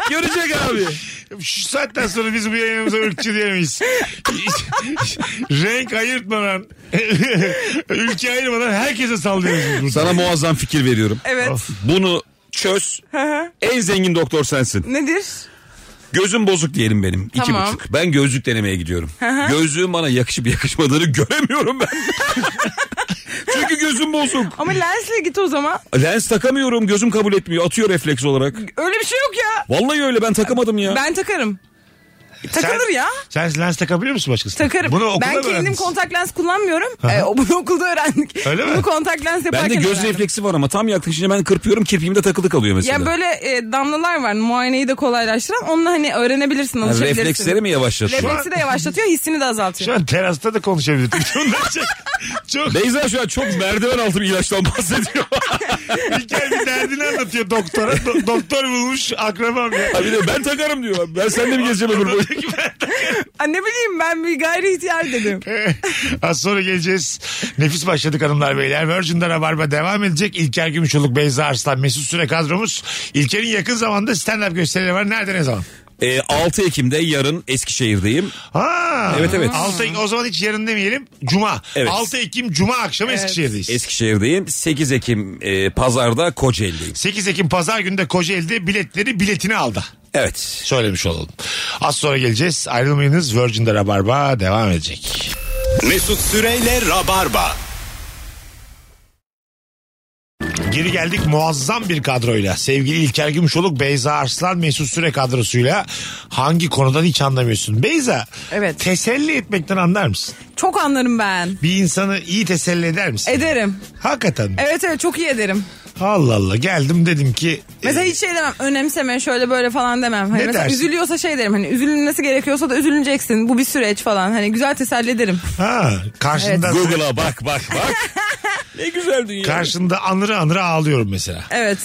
Speaker 5: Görecek abi.
Speaker 3: E, Şu saatten sonra biz bu yayınımıza ırkçı diyemeyiz. *laughs* Renk ayırtmadan, *laughs* ülke ayırmadan herkese sallıyoruz biz burada.
Speaker 5: Sana muazzam fikir veriyorum.
Speaker 4: evet.
Speaker 5: Bunu çöz. en zengin doktor sensin.
Speaker 4: Nedir?
Speaker 5: Gözüm bozuk diyelim benim. iki
Speaker 4: Tamam.
Speaker 5: buçuk. Ben gözlük denemeye gidiyorum. Gözlüğüm bana yakışıp yakışmadığını *laughs*
Speaker 4: *laughs*
Speaker 5: göremiyorum ben. Çünkü gözüm bozuk.
Speaker 4: Ama lensle git o zaman.
Speaker 5: Lens takamıyorum. Gözüm kabul etmiyor. Atıyor refleks olarak.
Speaker 4: Öyle bir şey yok ya.
Speaker 5: Vallahi öyle ben takamadım ya.
Speaker 4: Ben takarım. Takılır
Speaker 3: sen,
Speaker 4: ya.
Speaker 3: Sen lens takabiliyor musun başkasına?
Speaker 4: Takarım.
Speaker 3: Bunu okulda
Speaker 4: ben
Speaker 3: mı
Speaker 4: kendim
Speaker 3: öğrendiniz?
Speaker 4: kontak lens kullanmıyorum. Ee, o- *laughs* bunu okulda öğrendik.
Speaker 3: Öyle mi?
Speaker 4: Bunu kontak lens yaparken
Speaker 5: Bende göz
Speaker 4: öğrendim.
Speaker 5: refleksi var ama tam yaklaşınca ben kırpıyorum kirpiğimde takılı kalıyor mesela.
Speaker 4: Ya böyle e, damlalar var muayeneyi de kolaylaştıran. Onunla hani öğrenebilirsin,
Speaker 5: Yani
Speaker 4: alışabilirsin.
Speaker 5: refleksleri mi yavaşlatıyor?
Speaker 4: Refleksi de yavaşlatıyor, hissini de azaltıyor.
Speaker 3: Şu an terasta da *laughs* konuşabilirdik. Bunlar çok, çok
Speaker 5: Beyza şu an çok merdiven altı bir
Speaker 4: *laughs*
Speaker 5: ilaçtan bahsediyor.
Speaker 3: İlker bir derdini anlatıyor doktora. Do- doktor bulmuş akrabam ya. *laughs*
Speaker 5: Abi diyor ben takarım diyor. Ben seninle mi gezeceğim ömür
Speaker 4: *laughs*
Speaker 5: boyu?
Speaker 4: Ha, ne bileyim ben bir gayri ihtiyar dedim.
Speaker 3: Az sonra geleceğiz. Nefis başladık hanımlar beyler. Virgin'de Rabarba devam edecek. İlker Gümüşoluk, Beyza Arslan, Mesut Süre kadromuz. İlker'in yakın zamanda stand-up gösterileri var. Nerede ne zaman?
Speaker 5: Ee, 6 Ekim'de yarın Eskişehir'deyim.
Speaker 3: Ha.
Speaker 5: Evet, evet.
Speaker 3: 6 Ekim, o zaman hiç yarın demeyelim. Cuma.
Speaker 5: Evet.
Speaker 3: 6 Ekim Cuma akşamı Eskişehir'deyiz.
Speaker 5: Eskişehir'deyim. 8 Ekim e, pazarda Kocaeli'deyim.
Speaker 3: 8 Ekim pazar günü de Kocaeli'de biletleri biletini aldı.
Speaker 5: Evet.
Speaker 3: Söylemiş olalım. Az sonra geleceğiz. Ayrılmayınız. Virgin'de Rabarba devam edecek.
Speaker 2: Mesut Süreyle Rabarba.
Speaker 3: Geri geldik muazzam bir kadroyla. Sevgili İlker Gümüşoluk, Beyza Arslan, Mesut Süre kadrosuyla hangi konudan hiç anlamıyorsun? Beyza,
Speaker 4: Evet.
Speaker 3: teselli etmekten anlar mısın?
Speaker 4: Çok anlarım ben.
Speaker 3: Bir insanı iyi teselli eder misin?
Speaker 4: Ederim.
Speaker 3: Hakikaten. mi?
Speaker 4: Evet evet çok iyi ederim.
Speaker 3: Allah Allah geldim dedim ki.
Speaker 4: Mesela
Speaker 3: e,
Speaker 4: hiç şey demem önemseme şöyle böyle falan demem. Hani
Speaker 3: Ne
Speaker 4: mesela
Speaker 3: dersin?
Speaker 4: üzülüyorsa şey derim hani üzülünmesi gerekiyorsa da üzülüneceksin. Bu bir süreç falan. Hani güzel teselli ederim.
Speaker 3: e, Ha, karşında,
Speaker 5: Google'a bak bak *laughs* bak. ne güzel dünya.
Speaker 3: karşında anırı anırı ağlıyorum mesela.
Speaker 4: Evet.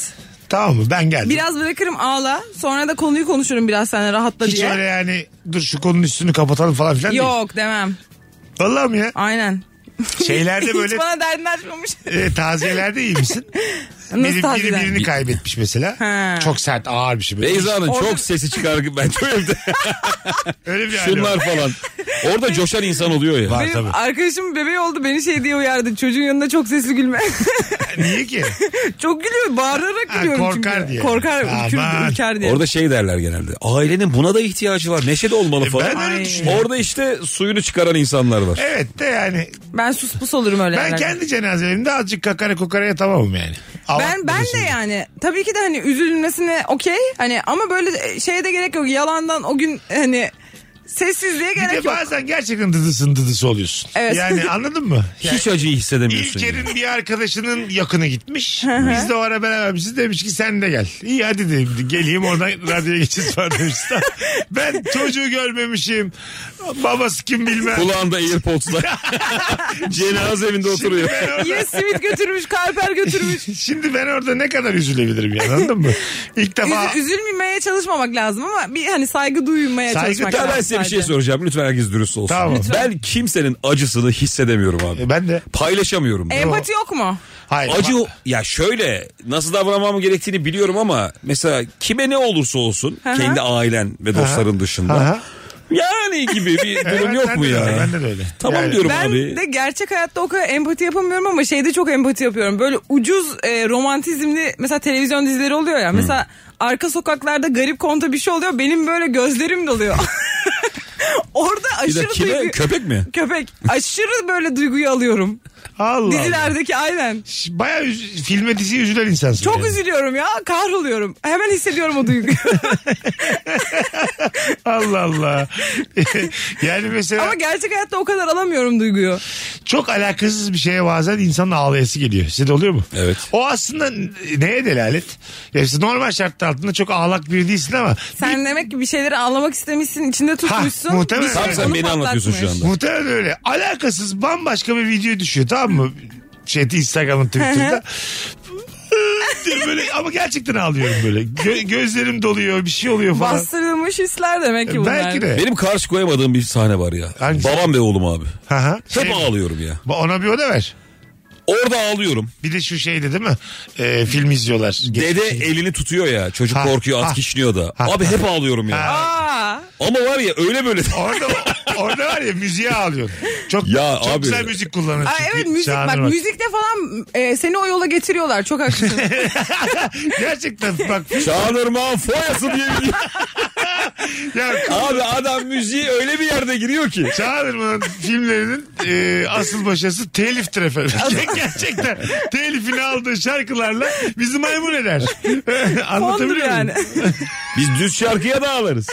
Speaker 3: Tamam mı ben geldim.
Speaker 4: Biraz bırakırım ağla. Sonra da konuyu konuşurum biraz seninle rahatla
Speaker 3: hiç
Speaker 4: diye.
Speaker 3: öyle yani dur şu konunun üstünü kapatalım falan filan değil.
Speaker 4: Yok demem.
Speaker 3: Vallahi mi
Speaker 4: *laughs*
Speaker 3: ya?
Speaker 4: Aynen.
Speaker 3: Şeylerde böyle
Speaker 4: Hiç bana derdini açmamış.
Speaker 3: e, taziyelerde iyi misin?
Speaker 4: *laughs* Nasıl
Speaker 3: Benim biri
Speaker 4: tazeler?
Speaker 3: birini kaybetmiş mesela.
Speaker 4: Ha.
Speaker 3: Çok sert ağır bir şey. böyle.
Speaker 5: Beyza'nın
Speaker 4: Orada-
Speaker 5: çok sesi çıkar ben
Speaker 3: *laughs*
Speaker 5: çok evde.
Speaker 3: Öyle bir hali
Speaker 5: Şunlar
Speaker 3: var.
Speaker 5: falan. Orada coşan insan oluyor ya.
Speaker 3: Var
Speaker 4: Benim
Speaker 3: tabii.
Speaker 4: arkadaşım bebeği oldu beni şey diye uyardı. Çocuğun yanında çok sesli gülme. *laughs*
Speaker 3: Niye ki? E,
Speaker 4: çok gülüyor. Bağırarak
Speaker 3: Ha,
Speaker 4: gülüyorum
Speaker 3: korkar
Speaker 4: çünkü.
Speaker 3: diye.
Speaker 4: Korkar.
Speaker 3: Aman.
Speaker 4: Ürkür, ürker diye.
Speaker 5: Orada şey derler genelde. Ailenin buna da ihtiyacı var. Neşe de olmalı
Speaker 3: E,
Speaker 5: falan.
Speaker 3: ben öyle
Speaker 4: Ay.
Speaker 3: düşünüyorum.
Speaker 5: Orada işte suyunu çıkaran insanlar var.
Speaker 3: Evet de yani
Speaker 4: Ben sus pus olurum öyle
Speaker 3: ben
Speaker 4: yerlerde.
Speaker 3: kendi cenazelerimde azıcık kakara kukaraya tamamım yani.
Speaker 4: Ben ben de yani tabii ki de hani üzülmesine okey hani ama böyle şeye de gerek yok yalandan o gün hani sessizliğe
Speaker 3: Bir
Speaker 4: gerek
Speaker 3: de
Speaker 4: yok.
Speaker 3: bazen gerçekten dıdısın dıdısı oluyorsun.
Speaker 4: Evet.
Speaker 3: Yani anladın mı?
Speaker 4: *laughs*
Speaker 3: Yani
Speaker 5: Hiç acıyı hissedemiyorsun. yani.
Speaker 3: İlker'in bir arkadaşının yakını gitmiş. Biz de o ara beraber bizi demiş ki sen de gel. İyi hadi dedim. Geleyim oradan radyoya geçeceğiz falan demiş. *laughs* Ben çocuğu görmemişim. Babası kim bilmem.
Speaker 5: Kulağında Airpods'la.
Speaker 3: *laughs*
Speaker 5: Cenaze evinde oturuyor.
Speaker 3: Ben orada-
Speaker 4: Yes simit götürmüş kalper götürmüş.
Speaker 3: Şimdi ben orada ne kadar üzülebilirim ya anladın mı? İlk defa
Speaker 4: Üz- üzülmemeye çalışmamak lazım ama bir hani saygı duymaya
Speaker 3: Saygı-
Speaker 4: çalışmak
Speaker 5: Ya
Speaker 4: lazım.
Speaker 5: ben size bir şey
Speaker 4: sadece.
Speaker 5: soracağım. Lütfen herkes dürüst olsun.
Speaker 3: Tamam. Lütfen.
Speaker 5: Ben kimsenin acısını hissedemiyorum abi.
Speaker 3: E, ben de.
Speaker 5: Paylaşamıyorum. da.
Speaker 4: Empati yok mu?
Speaker 3: Hayır,
Speaker 5: Acı
Speaker 3: ama-
Speaker 5: ya şöyle nasıl davranmam gerektiğini biliyorum ama mesela kime ne olursa olsun
Speaker 4: hı.
Speaker 5: kendi ailen ve dostların dışında
Speaker 3: Aha.
Speaker 5: yani gibi
Speaker 3: *laughs*
Speaker 5: bir
Speaker 3: Evet,
Speaker 5: durum yok
Speaker 3: ben
Speaker 5: mu
Speaker 3: de
Speaker 5: ya?
Speaker 3: öyle, Ben de öyle.
Speaker 5: Tamam
Speaker 3: Yani-
Speaker 5: diyorum
Speaker 4: Ben
Speaker 5: abi.
Speaker 4: de gerçek hayatta o kadar empati yapamıyorum ama şeyde çok empati yapıyorum. Böyle ucuz e, romantizmli mesela televizyon dizileri oluyor ya. Mesela arka sokaklarda garip konta bir şey oluyor. Benim böyle gözlerim doluyor. *laughs* Orada
Speaker 5: Bir
Speaker 4: aşırı
Speaker 5: de kime?
Speaker 4: duygu...
Speaker 5: Köpek mi?
Speaker 4: Köpek. Aşırı böyle duyguyu alıyorum.
Speaker 3: Allah Allah.
Speaker 4: Dizilerdeki aynen.
Speaker 3: Ş- Bayağı üz- filme dizi üzülen insansın.
Speaker 4: Çok
Speaker 3: yani.
Speaker 4: üzülüyorum ya. Kahroluyorum. Hemen hissediyorum o
Speaker 5: *laughs*
Speaker 4: duyguyu.
Speaker 3: Allah Allah. *laughs* yani mesela
Speaker 4: Ama gerçek hayatta o kadar alamıyorum duyguyu.
Speaker 3: çok alakasız bir şeye bazen insanın ağlayası geliyor. Size de oluyor mu?
Speaker 5: Evet.
Speaker 3: O aslında n- neye delalet? Ya işte normal şartlar altında çok ağlak biri değilsin ama
Speaker 4: Sen demek ki bir şeyleri ağlamak istemişsin, içinde tutmuşsun.
Speaker 3: muhtemelen.
Speaker 4: Bir
Speaker 3: Tam
Speaker 4: sürü
Speaker 5: sen
Speaker 4: onu
Speaker 5: beni anlatıyorsun şu
Speaker 4: patlatmış.
Speaker 5: anda.
Speaker 3: muhtemelen öyle. Alakasız bambaşka bir video düşüyor tamam mı? Şey, Instagram'ın
Speaker 5: *laughs*
Speaker 3: Twitter'da. diye böyle, ama gerçekten ağlıyorum böyle. Gö- gözlerim doluyor bir şey oluyor falan.
Speaker 4: Bastırılmış hisler demek ki bunlar.
Speaker 3: E, Belki de.
Speaker 5: Benim karşı koyamadığım bir sahne var ya.
Speaker 3: Hangisi?
Speaker 5: Babam ve oğlum abi.
Speaker 3: Hı hı.
Speaker 5: Hep
Speaker 3: Şey-
Speaker 5: ağlıyorum ya.
Speaker 3: Ba- Ona bir oda ver.
Speaker 5: Orada ağlıyorum.
Speaker 3: Bir de şu şeydi değil mi? Ee, film izliyorlar.
Speaker 5: Dede elini tutuyor ya. Çocuk
Speaker 3: Ha,
Speaker 5: korkuyor,
Speaker 3: ha.
Speaker 5: at kişniyor da.
Speaker 3: Ha.
Speaker 5: Abi hep ağlıyorum ya.
Speaker 4: Aa,
Speaker 5: Ama var ya öyle böyle. *laughs*
Speaker 3: Orada, orada var ya müziğe ağlıyorsun. Çok,
Speaker 5: Ya
Speaker 3: çok
Speaker 5: abi.
Speaker 3: güzel müzik kullanır.
Speaker 4: Ay
Speaker 3: çünkü.
Speaker 4: evet müzik
Speaker 3: Şahane
Speaker 4: bak müzikte falan e, seni o yola getiriyorlar
Speaker 3: *laughs*
Speaker 4: çok haklısın.
Speaker 3: Gerçekten bak *laughs*
Speaker 5: Çağdırmağın foyası diye bir
Speaker 3: Ya
Speaker 5: Abi adam müziği öyle bir yerde giriyor ki.
Speaker 3: Çağırmanın filmlerinin e, asıl başarısı teliftir efendim. *laughs* Gerçekten telifini aldığı şarkılarla bizi maymun eder. *laughs*
Speaker 4: Fondur
Speaker 3: Anlatabiliyor
Speaker 4: yani.
Speaker 3: muyum?
Speaker 5: Biz düz şarkıya da *laughs* ağlarız.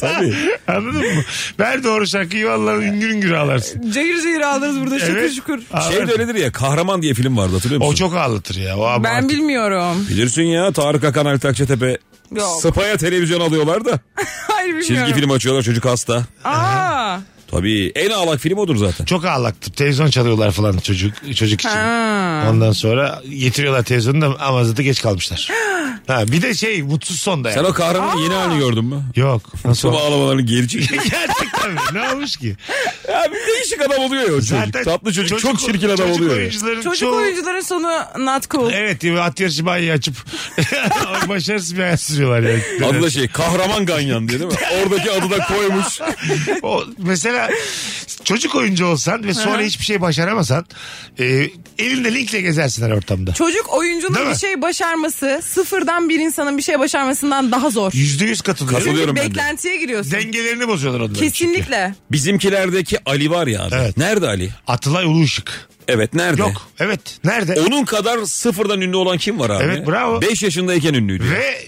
Speaker 5: Tabii.
Speaker 3: Anladın mı? Ver doğru şarkıyı vallahi üngür üngür ağlarsın.
Speaker 4: Cayır cayır ağlarız burada şükür
Speaker 3: Evet.
Speaker 4: şükür.
Speaker 3: Ağlarsın.
Speaker 5: Şey de öyledir ya kahraman diye film vardı hatırlıyor musun?
Speaker 3: O çok ağlatır ya. O ama
Speaker 4: Ben
Speaker 3: artık-
Speaker 4: bilmiyorum. *laughs*
Speaker 5: Bilirsin ya Tarık Akan Ali Takçetepe.
Speaker 4: Yok.
Speaker 5: Sapaya televizyon alıyorlar da.
Speaker 4: Hayır bilmiyorum.
Speaker 5: Çizgi film açıyorlar çocuk hasta.
Speaker 4: Aa.
Speaker 5: Tabii en ağlak film odur zaten.
Speaker 3: Çok ağlaktı. Televizyon çalıyorlar falan çocuk çocuk için.
Speaker 4: Ha.
Speaker 3: Ondan sonra getiriyorlar televizyonu da ama zaten geç
Speaker 4: *gasps*
Speaker 3: kalmışlar. Ha, bir de şey mutsuz sonda
Speaker 5: Sen
Speaker 3: yani.
Speaker 5: o kahramanın yeni halini gördün mü?
Speaker 3: Yok. Nasıl?
Speaker 5: Tüm ağlamalarını geri *laughs*
Speaker 3: *laughs*
Speaker 5: çekiyor.
Speaker 3: Gerçekten mi? Ne olmuş ki?
Speaker 5: Abi değişik adam oluyor ya o çocuk.
Speaker 3: Zaten
Speaker 5: Tatlı çocuk, çok çirkin adam
Speaker 3: çocuk
Speaker 5: oluyor. ya.
Speaker 3: oyuncuların
Speaker 4: Çocuk
Speaker 3: çoğu-
Speaker 4: oyuncuların sonu not cool.
Speaker 3: Evet at yarışı bayi açıp *laughs* başarısız bir hayat sürüyorlar yani.
Speaker 5: Adı da şey kahraman ganyan diye değil mi? Oradaki adı da koymuş.
Speaker 3: O, mesela çocuk oyuncu olsan ve sonra hiçbir şey başaramasan e, elinde linkle gezersin her ortamda.
Speaker 4: Çocuk oyuncunun
Speaker 3: Değil mi?
Speaker 4: bir şey başarması sıfırdan bir insanın bir şey başarmasından daha zor.
Speaker 3: Yüzde yüz katılıyorum.
Speaker 5: Katılıyorum.
Speaker 4: Çünkü
Speaker 5: ben de.
Speaker 4: beklentiye giriyorsun.
Speaker 3: Dengelerini bozuyorlar onların. çünkü.
Speaker 4: Kesinlikle.
Speaker 5: Bizimkilerdeki Ali var ya abi.
Speaker 3: Evet.
Speaker 5: Nerede Ali?
Speaker 3: Atılay Ulu Işık.
Speaker 5: Evet nerede?
Speaker 3: Yok. Evet. Nerede?
Speaker 5: Onun kadar sıfırdan ünlü olan kim var abi?
Speaker 3: Evet, bravo.
Speaker 5: 5 yaşındayken ünlüydü.
Speaker 3: Ve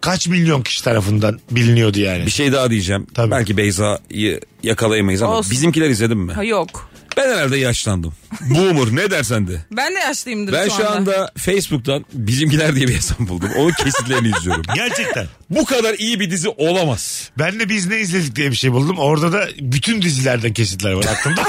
Speaker 3: kaç milyon kişi tarafından biliniyordu yani.
Speaker 5: Bir şey daha diyeceğim.
Speaker 3: Tabii.
Speaker 5: Belki Beyza'yı yakalayamayız ama
Speaker 4: Olsun.
Speaker 5: bizimkiler izledim mi?
Speaker 4: Ha, Yok.
Speaker 5: Ben
Speaker 4: *laughs*
Speaker 5: herhalde yaşlandım. Boomer ne dersen de.
Speaker 4: Ben de yaşlıyımdır
Speaker 5: Ben
Speaker 4: şu anda.
Speaker 5: şu anda Facebook'tan bizimkiler diye bir hesap buldum. Onun kesitlerini izliyorum.
Speaker 3: *laughs* Gerçekten.
Speaker 5: Bu kadar iyi bir dizi olamaz.
Speaker 3: Ben de biz ne izledik diye bir şey buldum. Orada da bütün dizilerden kesitler var
Speaker 5: *laughs*
Speaker 3: aklımda.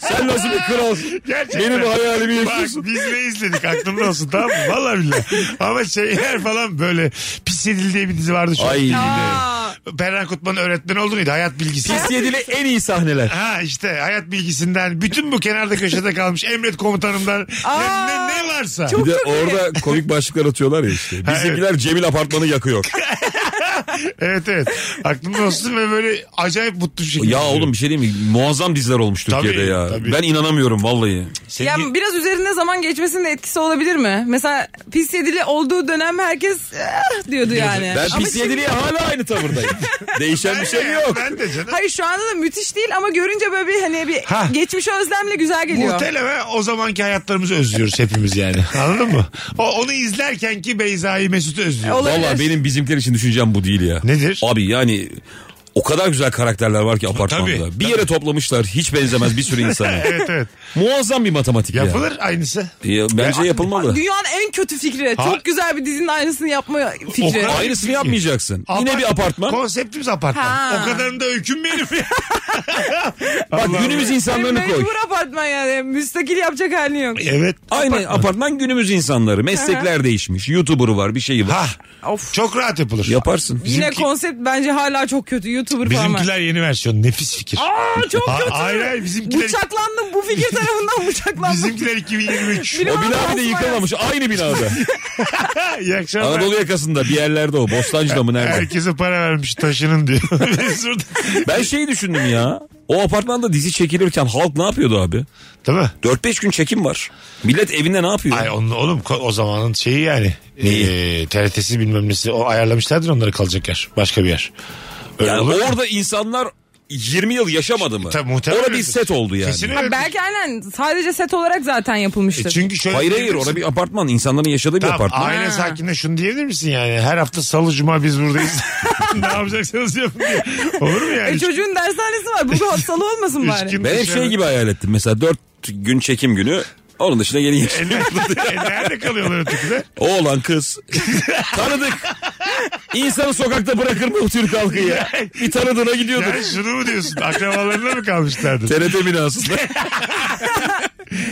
Speaker 5: Sen nasıl bir kralsın?
Speaker 3: Gerçekten.
Speaker 5: Benim hayalimi
Speaker 3: Bak
Speaker 5: yaşıyorsun.
Speaker 3: biz ne izledik aklımda olsun tamam mı? Valla billahi. Ama şeyler falan böyle pis edil diye bir dizi vardı şu
Speaker 5: Ay.
Speaker 4: Aa,
Speaker 3: Perran Kutman'ın öğretmeni oldu muydu? Hayat bilgisi.
Speaker 5: Pis yedili en iyi sahneler.
Speaker 3: Ha işte hayat bilgisinden bütün bu kenarda köşede kalmış Emret komutanımdan ne,
Speaker 4: Aa,
Speaker 3: ne, ne varsa.
Speaker 5: Bir de orada komik başlıklar atıyorlar ya işte. Bizimkiler Cemil apartmanı yakıyor.
Speaker 3: Evet evet. Aklımda olsun ve böyle acayip mutlu bir şekilde.
Speaker 5: Ya oğlum bir şey diyeyim mi? Muazzam diziler olmuş
Speaker 3: Tabii,
Speaker 5: Türkiye'de ya.
Speaker 3: tabii.
Speaker 5: Ben inanamıyorum vallahi.
Speaker 3: Sevgi-
Speaker 4: ya biraz üzerinde zaman geçmesinin de etkisi olabilir mi? Mesela pis yedili olduğu dönem herkes "Ah!" diyordu yani.
Speaker 5: Ben
Speaker 4: Ama
Speaker 5: pis
Speaker 4: şimdi-
Speaker 5: yediliye hala
Speaker 4: *laughs*
Speaker 5: aynı tavırdayım. Değişen bir şey yok.
Speaker 3: Ben de canım.
Speaker 4: Hayır şu anda da müthiş değil ama görünce böyle bir hani bir
Speaker 3: Ha.
Speaker 4: geçmiş özlemle güzel geliyor.
Speaker 3: Muhtemelen o zamanki hayatlarımızı özlüyoruz hepimiz yani. *laughs* Anladın mı? O, onu izlerken ki Beyza'yı Mesut'u özlüyoruz.
Speaker 4: Olabilir.
Speaker 5: Valla benim bizimkiler için düşüncem bu değil ya.
Speaker 3: Nedir?
Speaker 5: Abi yani o kadar güzel karakterler var ki apartmanda.
Speaker 3: tabii,
Speaker 5: bir yere toplamışlar hiç benzemez bir sürü insana.
Speaker 3: *laughs* Evet evet.
Speaker 5: Muazzam bir matematik
Speaker 3: Yapılır aynısı.
Speaker 5: ya. ya. Bence yapılmalı.
Speaker 4: Dünyanın en kötü fikri. Çok güzel bir dizinin aynısını yapma fikri.
Speaker 3: kadar-
Speaker 5: Aynısını yapmayacaksın. Yine bir
Speaker 3: Apart-
Speaker 5: apartman.
Speaker 3: Konseptimiz apartman.
Speaker 4: Ha.
Speaker 3: O kadarını da öykünmeyelim
Speaker 5: *laughs*
Speaker 3: ya.
Speaker 5: Bak günümüz insanlarını koy.
Speaker 4: Mecbur apartman yani. Müstakil yapacak halin yok.
Speaker 3: Evet.
Speaker 5: Aynı apartman günümüz insanları. Meslekler değişmiş. YouTuber'ı var bir şeyi var.
Speaker 3: Ha.
Speaker 4: Of.
Speaker 3: Çok rahat yapılır.
Speaker 5: Yaparsın.
Speaker 4: Yine
Speaker 3: Bizimki-
Speaker 4: konsept bence hala çok kötü. Youtuber falan. var.
Speaker 3: Bizimkiler yeni versiyon. Nefis fikir.
Speaker 4: Aa çok
Speaker 3: Ha-
Speaker 4: kötü.
Speaker 3: hayır, hayır, bizimkiler-
Speaker 4: Bıçaklandım bu fikir tarafından bıçaklandım.
Speaker 3: Bizimkiler
Speaker 5: *laughs*
Speaker 3: 2023.
Speaker 4: Biri-
Speaker 5: O bina bile yıkılmamış. Aynı binada.
Speaker 3: *laughs* İyi akşamlar.
Speaker 5: Anadolu yakasında bir yerlerde o. Bostancı'da mı nerede?
Speaker 3: Herkese para vermiş taşının diyor. *laughs* Biz burada-
Speaker 5: Ben şeyi düşündüm ya. O apartmanda dizi çekilirken halk ne yapıyordu abi?
Speaker 3: Değil mi?
Speaker 5: 4-5 gün çekim var. Millet evinde ne yapıyor?
Speaker 3: Ay onun oğlum ko- o zamanın şeyi yani. Ee, TRT'si bilmem nesi. O ayarlamışlardır onlara kalacak yer. Başka bir yer. Öyle
Speaker 5: yani
Speaker 3: olur mu?
Speaker 5: orada insanlar 20 yıl yaşamadı mı?
Speaker 3: Tabii, muhtemelen
Speaker 5: Orada bir
Speaker 3: öyledir.
Speaker 5: set oldu yani.
Speaker 3: Kesin
Speaker 4: Ha,
Speaker 3: öyle.
Speaker 4: belki aynen sadece set olarak zaten yapılmıştır.
Speaker 3: E çünkü şöyle
Speaker 5: Hayır hayır orada bir apartman. insanların yaşadığı bir
Speaker 3: Tamam,
Speaker 5: apartman.
Speaker 3: aile
Speaker 4: Ha.
Speaker 3: sakinine şunu diyebilir misin yani? Her hafta salı cuma biz
Speaker 5: *laughs*
Speaker 3: buradayız. ne yapacaksanız yapın diye. Olur mu yani?
Speaker 4: E çocuğun dershanesi var. Bu da hastalığı olmasın
Speaker 3: Üç
Speaker 4: bari. E,
Speaker 3: gün
Speaker 5: Ben hep
Speaker 3: dışarı-
Speaker 5: şey gibi hayal ettim. Mesela 4 gün çekim günü. Onun dışında yeni
Speaker 3: E,
Speaker 5: yaşam.
Speaker 3: nerede- e, nerede kalıyorlar ötekiler?
Speaker 5: *laughs* Oğlan kız. *laughs* Tanıdık. İnsanı sokakta bırakır mı o Türk
Speaker 3: *laughs*
Speaker 5: halkı ya? Bir tanıdığına gidiyordur.
Speaker 3: Yani şunu mu diyorsun? Akrabalarına mı kalmışlardır? *laughs*
Speaker 5: TRT binasında.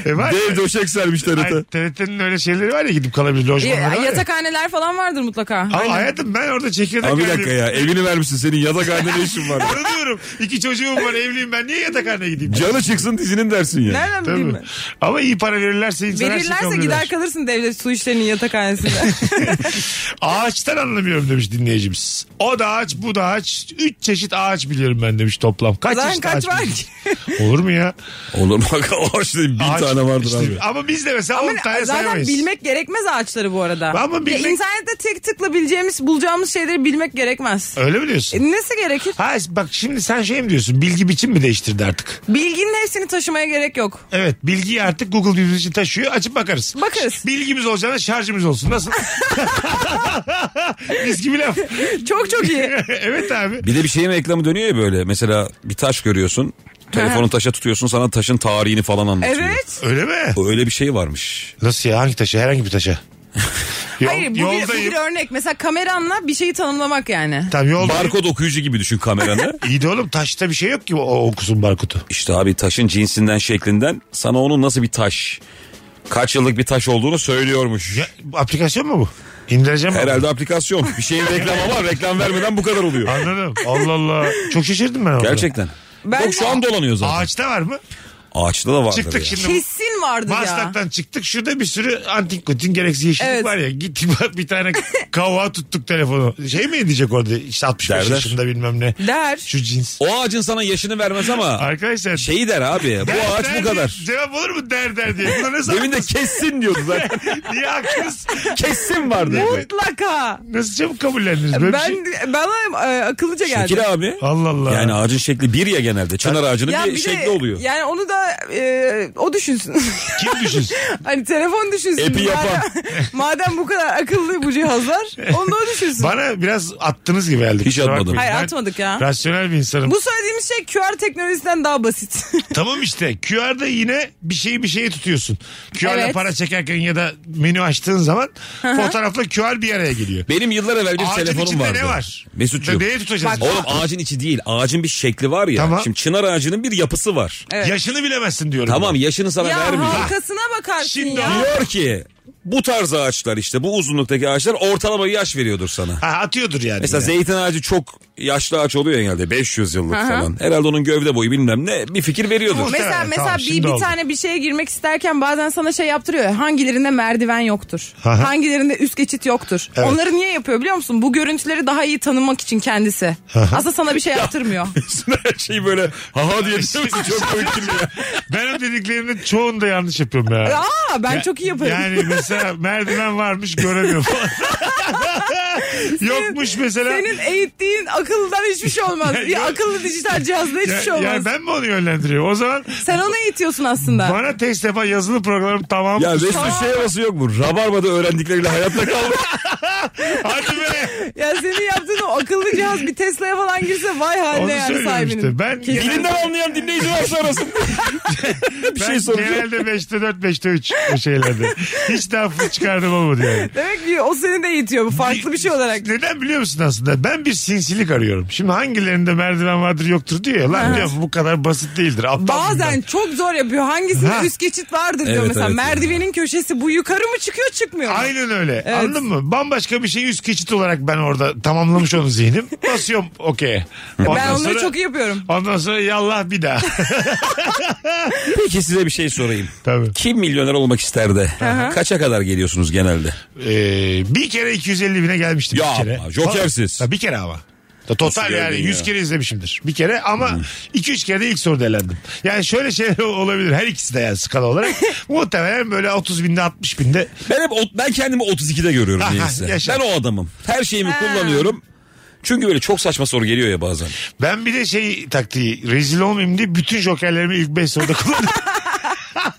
Speaker 3: E var
Speaker 5: Dev
Speaker 3: ya.
Speaker 5: döşek sermiş
Speaker 3: Ay,
Speaker 5: TRT.
Speaker 3: TRT'nin öyle şeyleri var ya gidip kalabilir
Speaker 4: E,
Speaker 3: lojmanları var ya.
Speaker 4: yatakhaneler falan vardır mutlaka.
Speaker 3: Ama
Speaker 4: Aynen.
Speaker 3: hayatım ben orada çekirdek
Speaker 5: Abi bir dakika
Speaker 3: verdim.
Speaker 5: ya evini vermişsin senin yatakhanede işin var.
Speaker 3: Onu diyorum. İki çocuğum var evliyim ben niye yatakhaneye gideyim?
Speaker 5: Canı çıksın dizinin dersin ya.
Speaker 4: Nereden bileyim
Speaker 3: Tabii.
Speaker 4: ben?
Speaker 3: Ama iyi para verirlerse insan her şeyi
Speaker 4: Verirlerse
Speaker 3: kabul
Speaker 4: gider
Speaker 3: eder.
Speaker 4: kalırsın devlet su işlerinin
Speaker 3: *laughs*
Speaker 4: yatakhanesinde.
Speaker 3: Ağaçtan anlamıyorum demiş dinleyicimiz. O da ağaç bu da ağaç. Üç çeşit ağaç biliyorum ben demiş toplam. Kaç
Speaker 4: Zaten
Speaker 3: çeşit
Speaker 4: kaç
Speaker 3: ağaç *laughs*
Speaker 4: var
Speaker 3: biliyorsun? Olur mu ya?
Speaker 5: Olur mu? Hoş değil. Bin
Speaker 3: Ağaç-
Speaker 5: tane vardır
Speaker 3: İşte-
Speaker 5: abi.
Speaker 3: Ama biz de mesela 10
Speaker 4: Ama
Speaker 3: tane
Speaker 4: Hani zaten
Speaker 3: sayamayız.
Speaker 4: bilmek gerekmez ağaçları bu arada.
Speaker 3: Ama
Speaker 4: Ya
Speaker 3: bilmek-
Speaker 4: İnternette tek tıkla bileceğimiz, bulacağımız şeyleri bilmek gerekmez.
Speaker 3: Öyle mi diyorsun?
Speaker 4: E, Nesi gerekir?
Speaker 3: Ha bak şimdi sen şey mi diyorsun? Bilgi biçim mi değiştirdi artık?
Speaker 4: Bilginin hepsini taşımaya gerek yok.
Speaker 3: Evet bilgiyi artık Google bizim için taşıyor. Açıp bakarız.
Speaker 4: Bakarız.
Speaker 3: Bilgimiz olacağına şarjımız olsun.
Speaker 4: *laughs*
Speaker 3: Nasıl? Biz gibi laf.
Speaker 4: Çok çok
Speaker 3: *laughs*
Speaker 4: iyi. *laughs*
Speaker 3: evet abi.
Speaker 5: Bir de bir şeyin reklamı dönüyor ya böyle. Mesela bir taş görüyorsun. Telefonu taşa tutuyorsun sana taşın tarihini falan anlatıyor.
Speaker 4: Evet.
Speaker 3: Öyle mi?
Speaker 5: Öyle bir şey varmış.
Speaker 3: Nasıl ya? Hangi taşa? Herhangi bir taşa. Yol,
Speaker 4: *laughs* Hayır bu bir, bu
Speaker 3: yoldayım.
Speaker 4: bir örnek. Mesela kameranla bir şeyi tanımlamak yani.
Speaker 3: Tamam yoldayım.
Speaker 5: Barkod okuyucu gibi
Speaker 3: *laughs*
Speaker 5: düşün kameranı.
Speaker 3: İyi de oğlum taşta bir şey yok ki o okusun barkutu.
Speaker 5: işte abi taşın cinsinden şeklinden sana onun nasıl bir taş kaç yıllık bir taş olduğunu söylüyormuş.
Speaker 3: Ya, bu aplikasyon mu bu? İndireceğim mi?
Speaker 5: Herhalde aplikasyon. Bir şeyin reklamı ama reklam vermeden bu kadar oluyor.
Speaker 3: Anladım. Allah Allah. Çok şaşırdım ben orada.
Speaker 5: Gerçekten.
Speaker 4: Ben
Speaker 5: Yok şu an dolanıyor zaten.
Speaker 3: Ağaçta var mı?
Speaker 5: Ağaçta da vardır
Speaker 3: Çıktık
Speaker 5: ya.
Speaker 3: şimdi.
Speaker 4: Kesin vardı ya.
Speaker 3: Maslak'tan çıktık. Şurada bir sürü antik kutin gereksiz yeşillik
Speaker 4: Evet.
Speaker 3: var ya. Gittik bak bir
Speaker 4: *laughs*
Speaker 3: tane kavuğa tuttuk telefonu. Şey mi diyecek orada işte 65
Speaker 5: Derler.
Speaker 3: yaşında bilmem ne.
Speaker 4: Der.
Speaker 3: Şu cins.
Speaker 5: O ağacın sana yaşını vermez ama
Speaker 3: Arkadaşlar.
Speaker 5: şeyi der abi. Bu
Speaker 3: der,
Speaker 5: ağaç
Speaker 3: der
Speaker 5: bu
Speaker 3: diye-
Speaker 5: kadar.
Speaker 3: Cevap olur mu der der diye. Buna nasıl
Speaker 5: Demin de kessin diyordu zaten.
Speaker 3: Niye haklısınız?
Speaker 5: *laughs* kessin vardı.
Speaker 4: Mutlaka.
Speaker 3: Nasıl çabuk kabullendiniz? Böyle şey- ben...
Speaker 4: Ben bana e, akıllıca geldi.
Speaker 5: Şekil abi.
Speaker 3: Allah Allah.
Speaker 5: Yani ağacın şekli bir ya genelde. Çınar ağacının
Speaker 4: Ya
Speaker 5: bir,
Speaker 4: de-
Speaker 3: şey
Speaker 5: şekli oluyor.
Speaker 4: Yani onu da e, o düşünsün. *laughs*
Speaker 3: Kim düşünsün?
Speaker 4: hani telefon düşünsün.
Speaker 5: Epi yapan.
Speaker 4: Madem, *laughs* madem bu kadar akıllı bu cihazlar onu da o düşünsün.
Speaker 3: Bana biraz attınız gibi geldi.
Speaker 5: Hiç
Speaker 3: Kusura
Speaker 5: atmadım.
Speaker 3: bakmayın.
Speaker 4: Hayır
Speaker 3: Ben
Speaker 4: atmadık ya.
Speaker 3: Rasyonel bir insanım.
Speaker 4: Bu söylediğimiz şey QR teknolojisinden
Speaker 3: *laughs*
Speaker 4: daha basit.
Speaker 3: Tamam işte QR'da yine bir şeyi bir şeye tutuyorsun. QR'la
Speaker 4: Evet.
Speaker 3: para çekerken ya da menü açtığın zaman fotoğrafla QR bir araya geliyor.
Speaker 5: Benim yıllar evvel bir
Speaker 3: Ağacın
Speaker 5: telefonum
Speaker 3: içinde
Speaker 5: vardı.
Speaker 3: ne var?
Speaker 5: Mesutcuğum.
Speaker 3: Neye tutacağız?
Speaker 5: Oğlum ağacın içi değil. Ağacın bir şekli var ya.
Speaker 3: Tamam.
Speaker 5: Şimdi çınar ağacının bir yapısı var.
Speaker 4: Evet.
Speaker 3: Yaşını bilemezsin diyorum.
Speaker 5: Tamam yaşını sana
Speaker 4: ya
Speaker 5: vermiyor.
Speaker 4: halkasına bakarsın
Speaker 3: Şimdi
Speaker 4: ya.
Speaker 5: Diyor ki bu tarz ağaçlar işte bu uzunluktaki ağaçlar ortalama bir yaş veriyordur sana.
Speaker 3: Ha, atıyordur yani.
Speaker 5: Mesela
Speaker 3: Yani.
Speaker 5: zeytin ağacı çok yaşlı ağaç oluyor genelde 500 yıllık falan. Herhalde onun gövde boyu bilmem ne bir fikir *laughs* veriyordur.
Speaker 3: Muhtemelen,
Speaker 4: Mesela mesela
Speaker 3: tamam,
Speaker 4: bir
Speaker 3: şimdi
Speaker 4: bir
Speaker 3: oldu.
Speaker 4: tane bir şeye girmek isterken bazen sana şey yaptırıyor. ya, Hangilerinde merdiven yoktur?
Speaker 3: Aha.
Speaker 4: Hangilerinde üst geçit yoktur?
Speaker 3: Evet.
Speaker 4: Onları niye yapıyor biliyor musun? Bu görüntüleri daha iyi tanımak için kendisi. Aslında sana bir şey
Speaker 3: *laughs*
Speaker 4: yaptırmıyor.
Speaker 5: Üstüne her şeyi böyle ha ha diye düşünüyorsun. çok komik geliyor.
Speaker 3: *laughs* Ben o dediklerinin çoğunu da yanlış yapıyorum ya.
Speaker 4: Aa ben çok iyi yaparım.
Speaker 3: Yani mesela merdiven varmış göremiyorum. Yokmuş mesela.
Speaker 4: *laughs* Senin eğittiğin akıldan hiçbir şey olmaz.
Speaker 3: Ya,
Speaker 4: Ya,
Speaker 3: yok.
Speaker 4: akıllı dijital cihazda hiçbir
Speaker 3: Ya-
Speaker 4: şey olmaz.
Speaker 3: yani ben mi onu yönlendiriyorum? O zaman
Speaker 4: Sen onu eğitiyorsun aslında.
Speaker 3: bana test yapan yazılı programım tamam.
Speaker 5: Ya Mesut şey havası yok mu? Rabarba'da öğrendikleriyle hayatta kaldı.
Speaker 3: *laughs* Hadi
Speaker 4: *laughs*
Speaker 3: be.
Speaker 4: Ya senin yaptığın o akıllı cihaz bir Tesla'ya falan girse vay
Speaker 3: Onu
Speaker 4: haline yani
Speaker 3: söylüyorum
Speaker 4: sahibinin.
Speaker 3: işte. Ben
Speaker 4: Kesin.
Speaker 5: Dilinden anlayan dinleyici varsa
Speaker 3: *laughs*
Speaker 5: arasın. bir
Speaker 3: Ben
Speaker 5: şey soracağım.
Speaker 3: genelde 5'te 4, 5'te 3 bu şeylerde. Hiç daha fıs çıkardım olmadı yani.
Speaker 4: Demek ki o seni de eğitiyor bu farklı bir şey olarak.
Speaker 3: Neden biliyor musun aslında? Ben bir sinsilik arıyorum. Şimdi hangilerinde merdiven vardır yoktur diyor ya. Lan diyorum bu kadar basit değildir. Aptal
Speaker 4: Bazen
Speaker 3: bundan.
Speaker 4: çok zor yapıyor. Hangisinde
Speaker 3: Ha.
Speaker 4: üst geçit vardır diyor
Speaker 5: Evet,
Speaker 4: mesela.
Speaker 5: evet, evet.
Speaker 4: Merdivenin köşesi bu yukarı mı çıkıyor çıkmıyor mu?
Speaker 3: Aynen öyle. Anladın mı? Bambaşka bir şey üst geçit olarak ben orada tamamlamış onu
Speaker 4: *laughs*
Speaker 3: zihnim. Basıyorum okey.
Speaker 4: Ben onları çok iyi yapıyorum.
Speaker 3: Ondan sonra yallah bir
Speaker 4: *laughs*
Speaker 3: daha.
Speaker 5: Peki size bir şey sorayım.
Speaker 3: Tabii.
Speaker 5: Kim milyoner olmak isterdi? Kaça kadar geliyorsunuz genelde?
Speaker 3: Ee, bir kere 250 bine gelmiştim.
Speaker 5: Ya
Speaker 3: bir kere.
Speaker 5: ama, jokersiz.
Speaker 3: Ha, bir kere ama. Da total
Speaker 5: Nasıl
Speaker 3: yani
Speaker 5: geldin
Speaker 3: 100
Speaker 5: ya? Hmm.
Speaker 3: kere izlemişimdir. Bir kere ama 2-3 kere de ilk soruda elendim. Yani şöyle şeyler *laughs* olabilir her ikisi de yani skala
Speaker 4: *laughs*
Speaker 3: olarak. Muhtemelen böyle 30 binde 60 binde.
Speaker 5: Ben hep ot- ben kendimi 32'de görüyorum
Speaker 3: Aha,
Speaker 5: neyse.
Speaker 3: yaşa.
Speaker 5: Ben o adamım. Her şeyimi kullanıyorum. Çünkü böyle çok saçma soru geliyor ya bazen.
Speaker 3: Ben bir de şey taktiği rezil olmayayım diye bütün jokerlerimi ilk 5 soruda kullandım.
Speaker 4: *laughs*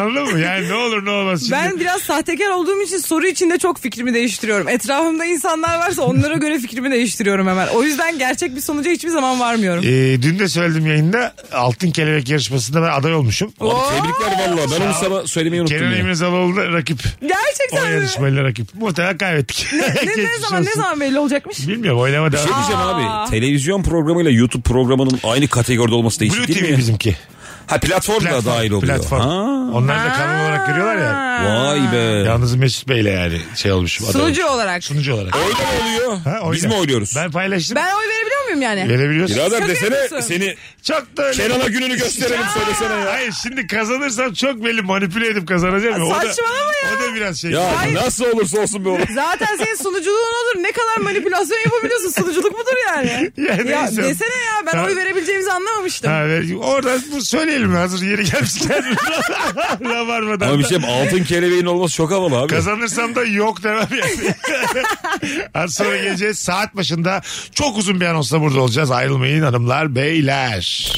Speaker 3: Anladın mı? Yani ne olur ne olmaz. Şimdi
Speaker 4: Ben biraz sahtekar olduğum için soru içinde çok fikrimi değiştiriyorum. Etrafımda insanlar varsa onlara göre fikrimi değiştiriyorum hemen. O yüzden gerçek bir sonuca hiçbir zaman varmıyorum.
Speaker 3: Ee, dün de söyledim yayında altın kelebek yarışmasında ben aday olmuşum.
Speaker 5: Abi tebrikler valla. Ben onu sana söylemeyi unuttum.
Speaker 3: Kenan
Speaker 5: ya.
Speaker 3: İmirzalıoğlu da rakip. O
Speaker 4: Gerçekten mi?
Speaker 3: yarışmayla rakip. Muhtemelen kaybettik.
Speaker 4: *laughs*
Speaker 3: *laughs*
Speaker 4: Ne, ne
Speaker 3: Geçmiş
Speaker 4: zaman ne
Speaker 3: olsun.
Speaker 4: zaman belli olacakmış?
Speaker 3: Bilmiyorum oylama
Speaker 5: Bir
Speaker 3: devam.
Speaker 5: şey diyeceğim abi. Televizyon programıyla YouTube programının aynı kategoride olması da
Speaker 3: Blue
Speaker 5: hiç değil mi?
Speaker 3: TV
Speaker 5: ya?
Speaker 3: bizimki.
Speaker 5: Ha platform da dahil oluyor.
Speaker 3: Platform.
Speaker 5: Ha.
Speaker 3: Onlar da kanal olarak görüyorlar ya.
Speaker 5: Vay be.
Speaker 3: Yalnız Mesut Bey'le yani şey olmuşum. aday
Speaker 4: Sunucu
Speaker 3: olmuşum.
Speaker 4: olarak.
Speaker 3: Sunucu olarak.
Speaker 5: Oyda mı oluyor?
Speaker 3: Ha, oyna.
Speaker 5: Biz mi oynuyoruz?
Speaker 3: Ben paylaştım.
Speaker 4: Ben oy verebiliyor muyum yani?
Speaker 3: Verebiliyorsun.
Speaker 5: Birader
Speaker 4: Şaka
Speaker 5: desene
Speaker 4: yapıyorsun.
Speaker 5: seni
Speaker 3: Çok da öyle.
Speaker 5: Kenan'a gününü gösterelim söylesene ya.
Speaker 3: Hayır şimdi kazanırsam çok belli manipüle edip kazanacağım. ya. O da-
Speaker 4: Saçmalama ya.
Speaker 3: O da biraz şey.
Speaker 5: Ya nasıl olursa olsun be oğlum.
Speaker 4: Zaten senin sunuculuğun olur. Ne kadar manipülasyon yapabiliyorsun? Sunuculuk budur yani.
Speaker 3: *laughs* Ya
Speaker 4: ya
Speaker 3: neyse.
Speaker 4: desene ya ben
Speaker 3: Tamam.
Speaker 4: oy verebileceğimizi anlamamıştım.
Speaker 3: Ha, ver- oradan bu söyleyelim hazır yeri gelmişken. *laughs* Rabarbadan.
Speaker 5: Ama bir
Speaker 3: da.
Speaker 5: şey altın kelebeğin olması çok havalı abi.
Speaker 3: Kazanırsam da yok demem
Speaker 5: *laughs*
Speaker 3: yani. Az sonra geleceğiz. Saat başında çok uzun bir anonsla burada olacağız. Ayrılmayın hanımlar beyler.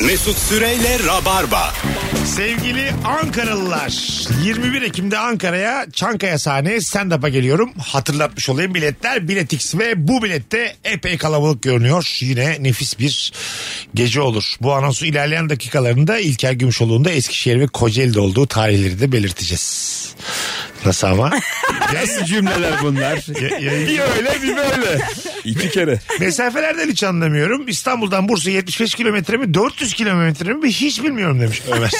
Speaker 2: Mesut Süreyle Rabarba.
Speaker 3: Sevgili Ankaralılar 21 Ekim'de Ankara'ya Çankaya sahneye stand-up'a geliyorum. Hatırlatmış olayım biletler Biletix ve bu bilette epey kalabalık görünüyor. Yine nefis bir gece olur. Bu anonsu ilerleyen dakikalarında İlker Gümüşoğlu'nda Eskişehir ve Kocaeli'de olduğu tarihleri de belirteceğiz. Nasıl ama?
Speaker 5: Nasıl cümleler bunlar? *laughs*
Speaker 3: Ya- yayın-
Speaker 5: bir öyle bir böyle. İki kere.
Speaker 3: Mesafelerden hiç anlamıyorum. İstanbul'dan Bursa'ya 75 kilometre mi 400 kilometre mi hiç bilmiyorum demiş Ömer.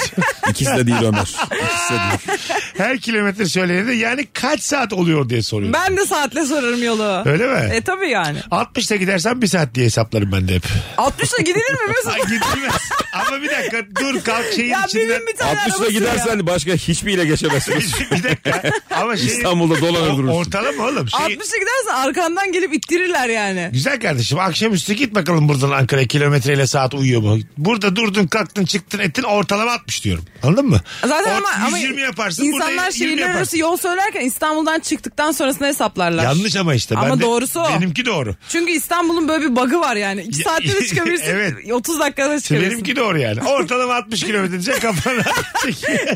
Speaker 5: İkisi de değil Ömer. İkisi de değil.
Speaker 3: Her kilometre söyleyeni de yani kaç saat oluyor diye soruyor.
Speaker 4: Ben de saatle sorarım yolu.
Speaker 3: Öyle mi?
Speaker 4: E tabii yani.
Speaker 3: 60'ta gidersen bir saat diye hesaplarım ben de hep.
Speaker 4: 60'la gidilir mi
Speaker 3: Ay
Speaker 4: Mesut?
Speaker 3: gidilmez. Ama bir dakika dur kalk şeyin
Speaker 4: ya
Speaker 3: içinden.
Speaker 4: benim bir tane
Speaker 5: 60'la
Speaker 4: arabası ya.
Speaker 5: gidersen başka hiçbir ile geçemezsin.
Speaker 3: *laughs* bir dakika. Ama şey,
Speaker 5: İstanbul'da dolanır
Speaker 3: o,
Speaker 5: durursun.
Speaker 3: ortalama oğlum. Şey,
Speaker 4: 60'la gidersen arkandan gelip ittirirler yani.
Speaker 3: Güzel kardeşim akşamüstü git bakalım buradan Ankara'ya kilometreyle saat uyuyor mu? Burada durdun kalktın çıktın ettin ortalama 60 diyorum. Anladın mı?
Speaker 4: Zaten
Speaker 3: Or-
Speaker 4: ama, ama
Speaker 3: 120 yaparsın. burada
Speaker 4: insanlar
Speaker 3: 120
Speaker 4: şehirler
Speaker 3: yaparsın.
Speaker 4: arası yol söylerken İstanbul'dan çıktıktan sonrasını hesaplarlar.
Speaker 3: Yanlış ama işte.
Speaker 4: Ama
Speaker 3: ben de-
Speaker 4: doğrusu o.
Speaker 3: Benimki doğru.
Speaker 4: Çünkü İstanbul'un böyle bir bug'ı var yani. 2
Speaker 3: Ya-
Speaker 4: saatte de
Speaker 3: *laughs*
Speaker 4: çıkabilirsin.
Speaker 3: Evet.
Speaker 4: 30 dakikada da çıkabilirsin.
Speaker 3: Benimki doğru yani. Ortalama 60 kilometre diyecek kafana.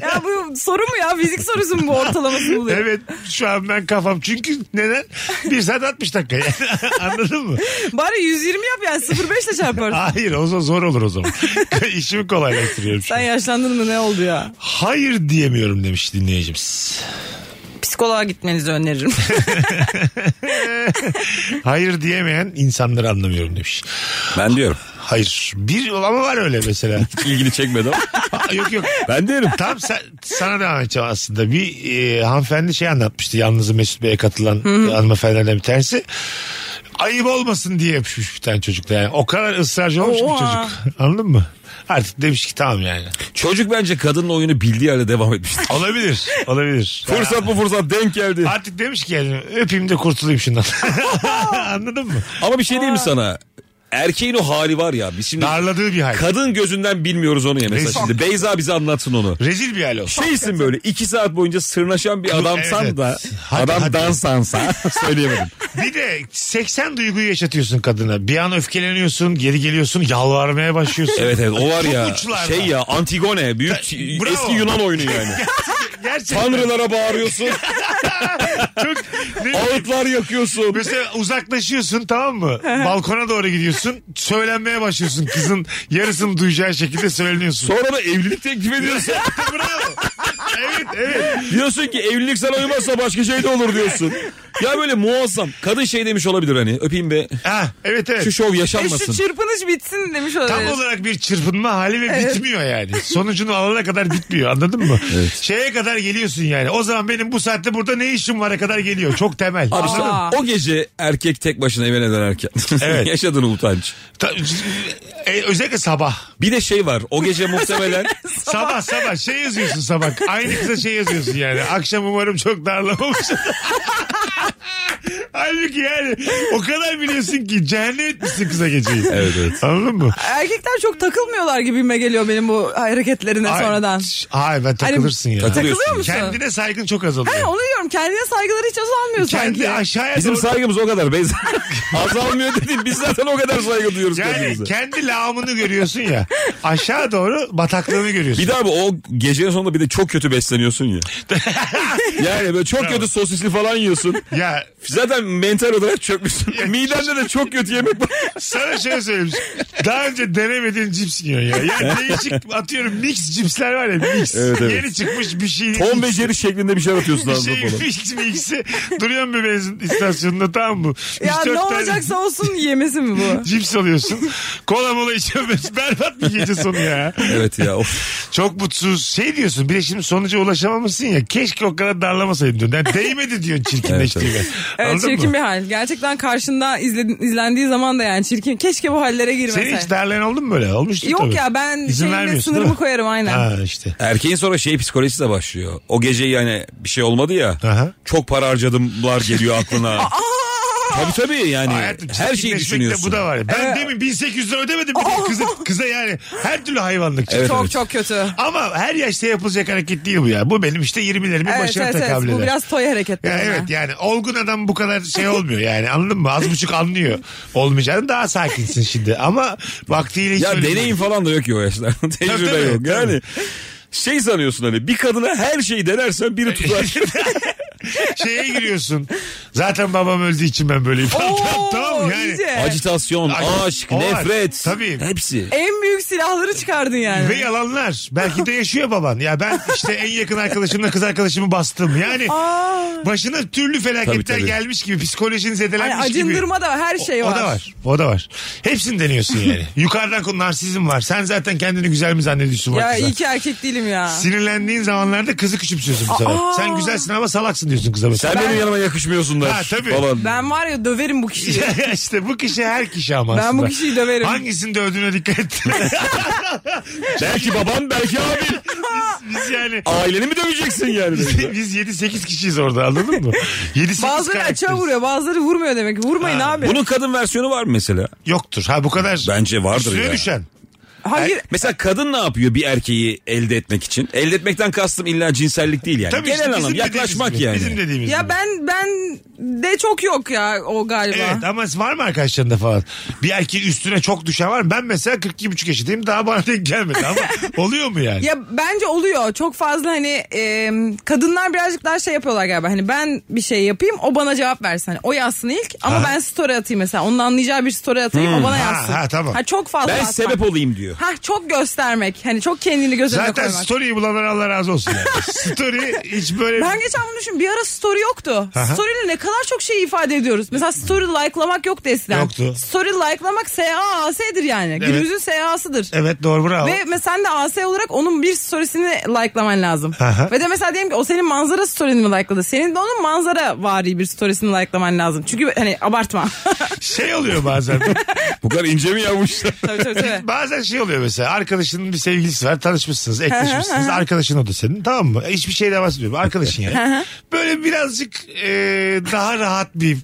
Speaker 4: Ya bu soru mu ya? Fizik sorusu mu bu ortalaması mı oluyor?
Speaker 3: evet şu an ben kafam. Çünkü neden? 1 saat 60 dakika. yani. *laughs* Anladın mı?
Speaker 4: Bari 120 yap yani 0.5
Speaker 3: *laughs*
Speaker 4: ile çarparsın.
Speaker 3: Hayır o zaman zor olur o zaman. *laughs* İşimi kolaylaştırıyorum. şu
Speaker 4: Sen
Speaker 3: an.
Speaker 4: yaşlandın mı ne oldu ya?
Speaker 3: Hayır diyemiyorum demiş dinleyicimiz.
Speaker 4: Psikoloğa gitmenizi *laughs* öneririm.
Speaker 3: Hayır diyemeyen insanları anlamıyorum demiş.
Speaker 5: Ben diyorum.
Speaker 3: Hayır. Bir ama var öyle mesela. *laughs*
Speaker 5: İlgini çekmedi ama.
Speaker 3: Aa, yok yok.
Speaker 5: Ben diyorum.
Speaker 3: Tam sen- sana devam edeceğim aslında. Bir e, hanımefendi şey anlatmıştı. Yalnız Mesut Bey'e katılan e, hanımefendilerden bir tanesi. Ayıp olmasın diye yapışmış bir tane çocukla. Yani o kadar ısrarcı olmuş ki
Speaker 4: Oha.
Speaker 3: çocuk. Anladın mı? Artık demiş ki tamam yani.
Speaker 5: Çocuk bence kadınla oyunu bildiği yerde devam etmişti.
Speaker 3: *laughs* Olabilir. *laughs* Olabilir.
Speaker 5: Fırsat bu fırsat denk geldi.
Speaker 3: Artık demiş ki yani öpeyim de kurtulayım şundan. *laughs* Anladın mı?
Speaker 5: Ama bir şey diyeyim mi sana? Erkeğin o hali var ya. Biz şimdi
Speaker 3: Darladığı bir hal.
Speaker 5: kadın gözünden bilmiyoruz onu ya mesela
Speaker 3: Rezil.
Speaker 5: şimdi. Beyza bize anlatsın onu.
Speaker 3: Rezil bir hal olsun.
Speaker 5: Şeysin böyle iki saat boyunca sırnaşan bir adamsan
Speaker 3: evet.
Speaker 5: da
Speaker 3: Hadi,
Speaker 5: adam
Speaker 3: hadi.
Speaker 5: dansansa söyleyemedim.
Speaker 3: Bir de 80 duyguyu yaşatıyorsun kadına. Bir an öfkeleniyorsun, geri geliyorsun, yalvarmaya başlıyorsun.
Speaker 5: Evet evet o var
Speaker 3: Çok
Speaker 5: ya
Speaker 3: uçlarda.
Speaker 5: şey ya Antigone büyük
Speaker 3: Bravo.
Speaker 5: eski Yunan oyunu yani.
Speaker 3: Gerçekten.
Speaker 5: Tanrılara bağırıyorsun,
Speaker 3: *laughs* Çok, ne-
Speaker 5: ağıtlar yakıyorsun.
Speaker 3: Mesela uzaklaşıyorsun tamam mı? Balkona doğru gidiyorsun. Söylenmeye başlıyorsun. Kızın yarısını duyacağı şekilde söyleniyorsun.
Speaker 5: Sonra da evlilik teklif ediyorsun.
Speaker 3: *laughs* Bravo. Evet evet.
Speaker 5: diyorsun ki evlilik sana uymazsa başka şey de olur diyorsun. Ya böyle muazzam. Kadın şey demiş olabilir hani öpeyim be
Speaker 3: Ha, evet evet. şey-
Speaker 5: şu şov
Speaker 4: E şu
Speaker 5: yaşanmasın.
Speaker 4: çırpınış bitsin demiş olabilir.
Speaker 3: Tam olarak bir çırpınma hali ve bitmiyor yani. Sonucunu alana kadar bitmiyor anladın mı? Şeye kadar geliyorsun yani. O zaman benim bu saatte burada ne işim var'a kadar geliyor. Çok temel.
Speaker 5: Abi sen
Speaker 4: Aa.
Speaker 5: o gece erkek tek başına evine *laughs* dönerken
Speaker 3: Evet.
Speaker 5: yaşadığın utanç.
Speaker 3: Ta- e, özellikle sabah.
Speaker 5: Bir de şey var o gece
Speaker 3: *laughs*
Speaker 5: muhtemelen
Speaker 3: Sabah sabah şey yazıyorsun sabah. Aynı kıza şey yazıyorsun yani. Akşam umarım çok darlamamış. *laughs* Halbuki yani o kadar biliyorsun ki cehennem etmişsin kıza geceyi.
Speaker 5: Evet, evet.
Speaker 3: Anladın mı?
Speaker 4: Erkekler çok takılmıyorlar gibime geliyor benim bu hareketlerine
Speaker 3: Ay,
Speaker 4: sonradan. Hani
Speaker 3: şş, Ay ben takılırsın ya.
Speaker 5: Takılıyorsun.
Speaker 4: Takılıyor musun?
Speaker 3: Kendine saygın çok azalıyor.
Speaker 4: Ha, onu diyorum kendine saygıları hiç azalmıyor
Speaker 3: Kendi
Speaker 4: sanki.
Speaker 3: aşağıya
Speaker 5: bizim
Speaker 3: doğru-
Speaker 5: saygımız o kadar Beyza. *laughs* Azalmıyor dedin biz zaten o kadar saygı duyuyoruz
Speaker 3: Yani
Speaker 5: kendimize.
Speaker 3: kendi lağımını görüyorsun ya. Aşağı doğru bataklığını görüyorsun.
Speaker 5: Bir daha bu o gecenin sonunda bir de çok kötü
Speaker 3: *laughs*
Speaker 5: besleniyorsun ya. yani böyle çok kötü sosisli falan yiyorsun.
Speaker 3: Ya
Speaker 5: Zaten mental
Speaker 3: *laughs*
Speaker 5: olarak çökmüşsün. Midende de çok kötü yemek var.
Speaker 3: Sana şöyle söyleyeyim. Daha önce denemediğin cips yiyorsun ya. Yani değişik atıyorum mix cipsler var ya mix.
Speaker 5: Evet, evet.
Speaker 3: Yeni çıkmış bir şey.
Speaker 5: Tom ve Jerry şeklinde bir şey atıyorsun *laughs*
Speaker 3: bir
Speaker 5: ağzına
Speaker 3: şey
Speaker 5: falan.
Speaker 3: mix mix'i duruyorsun bir benzin istasyonunda tamam mı? Üç
Speaker 4: ya
Speaker 3: dört
Speaker 4: ne
Speaker 3: tane
Speaker 4: olacaksa olsun yemesi mi
Speaker 3: *laughs*
Speaker 4: bu?
Speaker 3: Cips alıyorsun. Kola mola içiyorsun. Berbat bir gece sonu ya.
Speaker 5: Evet ya of.
Speaker 3: Çok mutsuz. Şey diyorsun bir de şimdi sonuca ulaşamamışsın ya. Keşke o kadar darlamasaydım diyorsun. Yani değmedi diyorsun çirkinleştiğime.
Speaker 4: Evet
Speaker 3: Anladın
Speaker 4: çirkin
Speaker 3: mı?
Speaker 4: bir hal. Gerçekten karşında izle- izlendiği zaman da yani çirkin. Keşke bu hallere girmese.
Speaker 3: Senin hiç darlayan oldun mu böyle? Olmuştur
Speaker 4: Yok
Speaker 3: tabii.
Speaker 4: ya ben
Speaker 3: İzin
Speaker 4: şeyimle
Speaker 3: vermiyorsun, değil
Speaker 4: sınırımı
Speaker 3: mi?
Speaker 4: koyarım aynen.
Speaker 3: Ha işte.
Speaker 5: Erkeğin sonra şey psikolojisi de başlıyor. O gece yani bir şey hani olmadı ya.
Speaker 3: Aha.
Speaker 5: *laughs* Çok para harcadımlar geliyor aklına. Tabii tabii yani
Speaker 3: Hayatım,
Speaker 5: her şeyi
Speaker 3: çirkinleşmekte
Speaker 5: düşünüyorsun. E,
Speaker 3: Bu da var. Ben demin 1800 lira ödemedim. Bir de kıza, kıza yani her türlü hayvanlık çıktı.
Speaker 5: Evet,
Speaker 4: çok
Speaker 5: evet.
Speaker 4: çok kötü.
Speaker 3: Ama her yaşta yapılacak hareket değil bu ya. Bu benim işte 20'lerimi
Speaker 4: Evet
Speaker 3: başına
Speaker 4: evet evet.
Speaker 3: tekabül
Speaker 4: Bu
Speaker 3: eder.
Speaker 4: biraz toy hareketleri.
Speaker 3: Ya *laughs*
Speaker 4: ha.
Speaker 3: evet yani olgun adam bu kadar şey olmuyor yani anladın mı? Az buçuk anlıyor olmayacağını daha sakinsin şimdi ama vaktiyle hiç
Speaker 5: Ya
Speaker 3: öyle değil.
Speaker 5: deneyim falan da yok ki o yaşlarda. *laughs* Tecrübe
Speaker 3: tabii,
Speaker 5: yok.
Speaker 3: tabii.
Speaker 5: Yani şey sanıyorsun hani bir kadına her şeyi denersen
Speaker 3: *laughs*
Speaker 5: biri tutar.
Speaker 3: Şeye giriyorsun zaten babam öldüğü için ben böyleyim.
Speaker 4: Oo,
Speaker 3: *laughs* tamam mı? yani.
Speaker 4: iyice.
Speaker 5: Acitasyon,
Speaker 3: Ay,
Speaker 5: aşk,
Speaker 3: o var.
Speaker 5: nefret.
Speaker 3: Tabii.
Speaker 5: Hepsi.
Speaker 4: En büyük silahları çıkardın yani.
Speaker 3: Ve yalanlar. Belki de yaşıyor baban. Ya ben işte en yakın arkadaşımla kız arkadaşımı bastım. Yani başına türlü felaketler
Speaker 5: Tabii, tabii.
Speaker 3: gelmiş gibi. Psikolojin
Speaker 4: Hani
Speaker 3: zedelenmiş gibi.
Speaker 4: acındırma da her şey
Speaker 3: O
Speaker 4: var.
Speaker 3: da var. O da var. Hepsini deniyorsun yani.
Speaker 4: *laughs*
Speaker 3: Yukarıdan narsizm var. Sen zaten kendini güzel mi zannediyorsun?
Speaker 4: Ya
Speaker 3: baktıza?
Speaker 4: iyi ki erkek değilim ya.
Speaker 3: Sinirlendiğin zamanlarda kızı küçümsüyorsun bu sefer. Sen güzelsin ama salaksın diyorsun kıza mesela.
Speaker 5: Sen
Speaker 3: *laughs*
Speaker 5: benim yanıma yakışmıyorsun da.
Speaker 3: Ha, tabii.
Speaker 5: Falan.
Speaker 4: Ben var ya döverim
Speaker 3: *laughs*
Speaker 4: bu kişiyi.
Speaker 3: işte bu kişi her kişi ama
Speaker 4: Ben
Speaker 3: aslında.
Speaker 4: bu kişiyi döverim.
Speaker 3: Hangisini dövdüğüne dikkat et.
Speaker 5: *laughs* Belki baban, belki *laughs* abin.
Speaker 3: Biz yani...
Speaker 5: Aileni mi döveceksin yani?
Speaker 3: *laughs* Biz 7-8 kişiyiz orada anladın mı? 7-8
Speaker 4: Bazıları
Speaker 3: karakteriz.
Speaker 4: açığa vuruyor bazıları vurmuyor demek. ki. Vurmayın abi.
Speaker 5: Bunun kadın versiyonu var mı mesela?
Speaker 3: Yoktur. Ha bu kadar.
Speaker 5: Bence vardır
Speaker 3: Üstüne
Speaker 5: ya.
Speaker 3: düşen.
Speaker 4: Hayır.
Speaker 5: Er- Mesela kadın ne yapıyor bir erkeği elde etmek için? Elde etmekten kastım illa cinsellik değil yani.
Speaker 3: Tabii
Speaker 5: Genel
Speaker 3: işte
Speaker 5: anlam
Speaker 3: bizim dediğimiz
Speaker 5: yaklaşmak
Speaker 3: gibi,
Speaker 5: yani.
Speaker 3: Bizim dediğimiz gibi.
Speaker 4: Ya ben ben de çok yok ya o galiba.
Speaker 3: Evet ama var mı arkadaşlarında falan? Bir erkeğin üstüne çok düşen var mı? Ben mesela 42,5 yaşındayım daha bana denk gelmedi
Speaker 4: *laughs*
Speaker 3: ama oluyor mu yani?
Speaker 4: Ya bence oluyor. Çok fazla hani e, kadınlar birazcık daha şey yapıyorlar galiba. Hani ben bir şey yapayım o bana cevap versin. Hani o yazsın ilk ama ben story atayım mesela. Onun anlayacağı bir story atayım o bana
Speaker 3: Hmm, Ha,
Speaker 4: yazsın.
Speaker 3: ha, tamam.
Speaker 4: çok fazla
Speaker 5: Ben
Speaker 4: atmak.
Speaker 5: sebep olayım diyor.
Speaker 4: Ha çok göstermek. Hani çok kendini göz önüne
Speaker 3: Zaten
Speaker 4: koymak.
Speaker 3: story'yi bulanlar Allah razı olsun.
Speaker 4: *laughs*
Speaker 3: Yani. story hiç böyle...
Speaker 4: Ben geçen bunu düşün. Bir ara story yoktu.
Speaker 3: Aha.
Speaker 4: Story'le ne kadar çok şey ifade ediyoruz. Mesela story likelamak yoktu eskiden.
Speaker 3: Yoktu.
Speaker 4: Story likelamak SAAS'dir yani. Günümüzün SAAS'ıdır.
Speaker 3: Evet doğru bravo.
Speaker 4: Ve mesela sen de AS olarak onun bir storiesini likelaman lazım.
Speaker 3: Aha.
Speaker 4: Ve de mesela diyelim ki o senin manzara storyini mi likeladı? Senin de onun manzara vari bir storiesini likelaman lazım. Çünkü hani abartma. *laughs*
Speaker 3: Şey oluyor bazen.
Speaker 5: Bu kadar ince
Speaker 3: *laughs*
Speaker 5: mi yavuşlar?
Speaker 4: tabii tabii tabii.
Speaker 3: bazen şey oluyor mesela. Arkadaşının bir sevgilisi var. Tanışmışsınız. Ekleşmişsiniz. arkadaşın o da senin. Tamam mı? Hiçbir şeyden bahsetmiyorum. Arkadaşın yani. Böyle birazcık e, daha rahat bir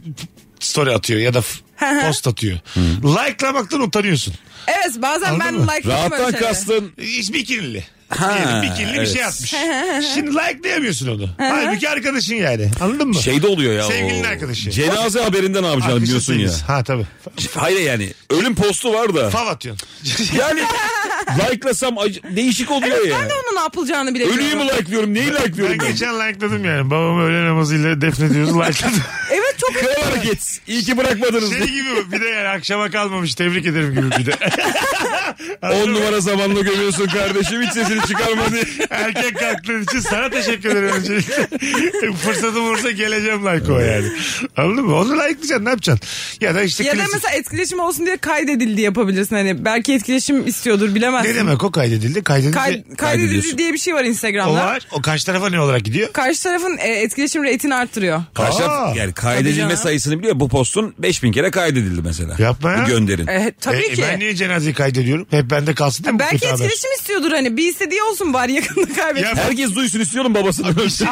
Speaker 3: story atıyor ya da f- post atıyor.
Speaker 5: Hmm.
Speaker 3: Likelamaktan utanıyorsun.
Speaker 4: Evet bazen ben
Speaker 3: Anladın mı?
Speaker 4: likeladım öyle
Speaker 5: Rahattan
Speaker 4: şeyleri.
Speaker 5: kastın
Speaker 3: Hiç bikinli.
Speaker 5: Ha,
Speaker 3: Diyelim bikinli bir
Speaker 5: evet.
Speaker 3: şey atmış. Şimdi likelayamıyorsun onu. Halbuki arkadaşın yani. Anladın mı?
Speaker 5: şeyde oluyor ya.
Speaker 3: Sevgilinin
Speaker 5: o-
Speaker 3: arkadaşı.
Speaker 5: Cenaze haberinde ne yapacağını
Speaker 3: Arkadaşın
Speaker 5: biliyorsun ya.
Speaker 3: sevgilisi. Ha tabii.
Speaker 5: Hayır yani ölüm postu var da.
Speaker 3: Fav
Speaker 5: *laughs*
Speaker 3: atıyorsun.
Speaker 5: Yani like'lasam acı- değişik oluyor ya.
Speaker 4: Ben de onun ne yapılacağını bile
Speaker 5: Ölüyü mü
Speaker 4: bilmiyorum.
Speaker 5: like'lıyorum neyi like'lıyorum
Speaker 3: Ben
Speaker 5: ben?
Speaker 3: geçen like'ladım yani. Babamı öğle namazıyla defnediyoruz like'ladım.
Speaker 4: Evet çok
Speaker 5: *laughs* Kral hareket. İyi ki bırakmadınız.
Speaker 3: şey gibi bir de yani akşama kalmamış tebrik ederim gibi
Speaker 5: *laughs*
Speaker 3: bir de. Anladın
Speaker 5: On
Speaker 3: mı?
Speaker 5: numara zamanla gömüyorsun kardeşim hiç sesini çıkarma diye.
Speaker 3: Erkek kalktığın için sana teşekkür ederim öncelikle.
Speaker 5: *laughs*
Speaker 3: Fırsatım olursa geleceğim like o yani. Anladın mı? Onu like'layacaksın ne yapacaksın? Ya da işte
Speaker 4: Ya da
Speaker 3: klasik-
Speaker 4: mesela etkileşim olsun diye kaydedildi yapabilirsin. Hani belki etkileşim istiyordur bilemezsin.
Speaker 3: Ne demek o kaydedildi? Kaydedildi.
Speaker 4: Kay- kaydedildi
Speaker 5: Kaydediyorsun.
Speaker 4: diye bir şey var
Speaker 3: O
Speaker 4: Instagram'da.
Speaker 3: var. O karşı tarafa ne olarak gidiyor?
Speaker 4: Karşı tarafın e, etkileşim reytini artırıyor.
Speaker 5: Karşı taraf-
Speaker 3: Aa.
Speaker 4: Tabii
Speaker 5: yani kaydedilme
Speaker 4: canım.
Speaker 5: sayısını biliyor. Bu postun 5000 kere kaydedildi mesela.
Speaker 3: Yapma ya.
Speaker 5: Bu gönderin.
Speaker 4: E, tabii
Speaker 3: E,
Speaker 4: ki.
Speaker 3: Ben niye cenazeyi kaydediyorum? Hep bende kalsın değil mi? bu
Speaker 4: Belki
Speaker 3: kötü haber?
Speaker 4: etkileşim istiyordur hani. Bir istediği olsun bari yakında kaybet.
Speaker 3: Ya-
Speaker 5: Herkes duysun istiyorum babasını.
Speaker 4: Aynen.
Speaker 3: şey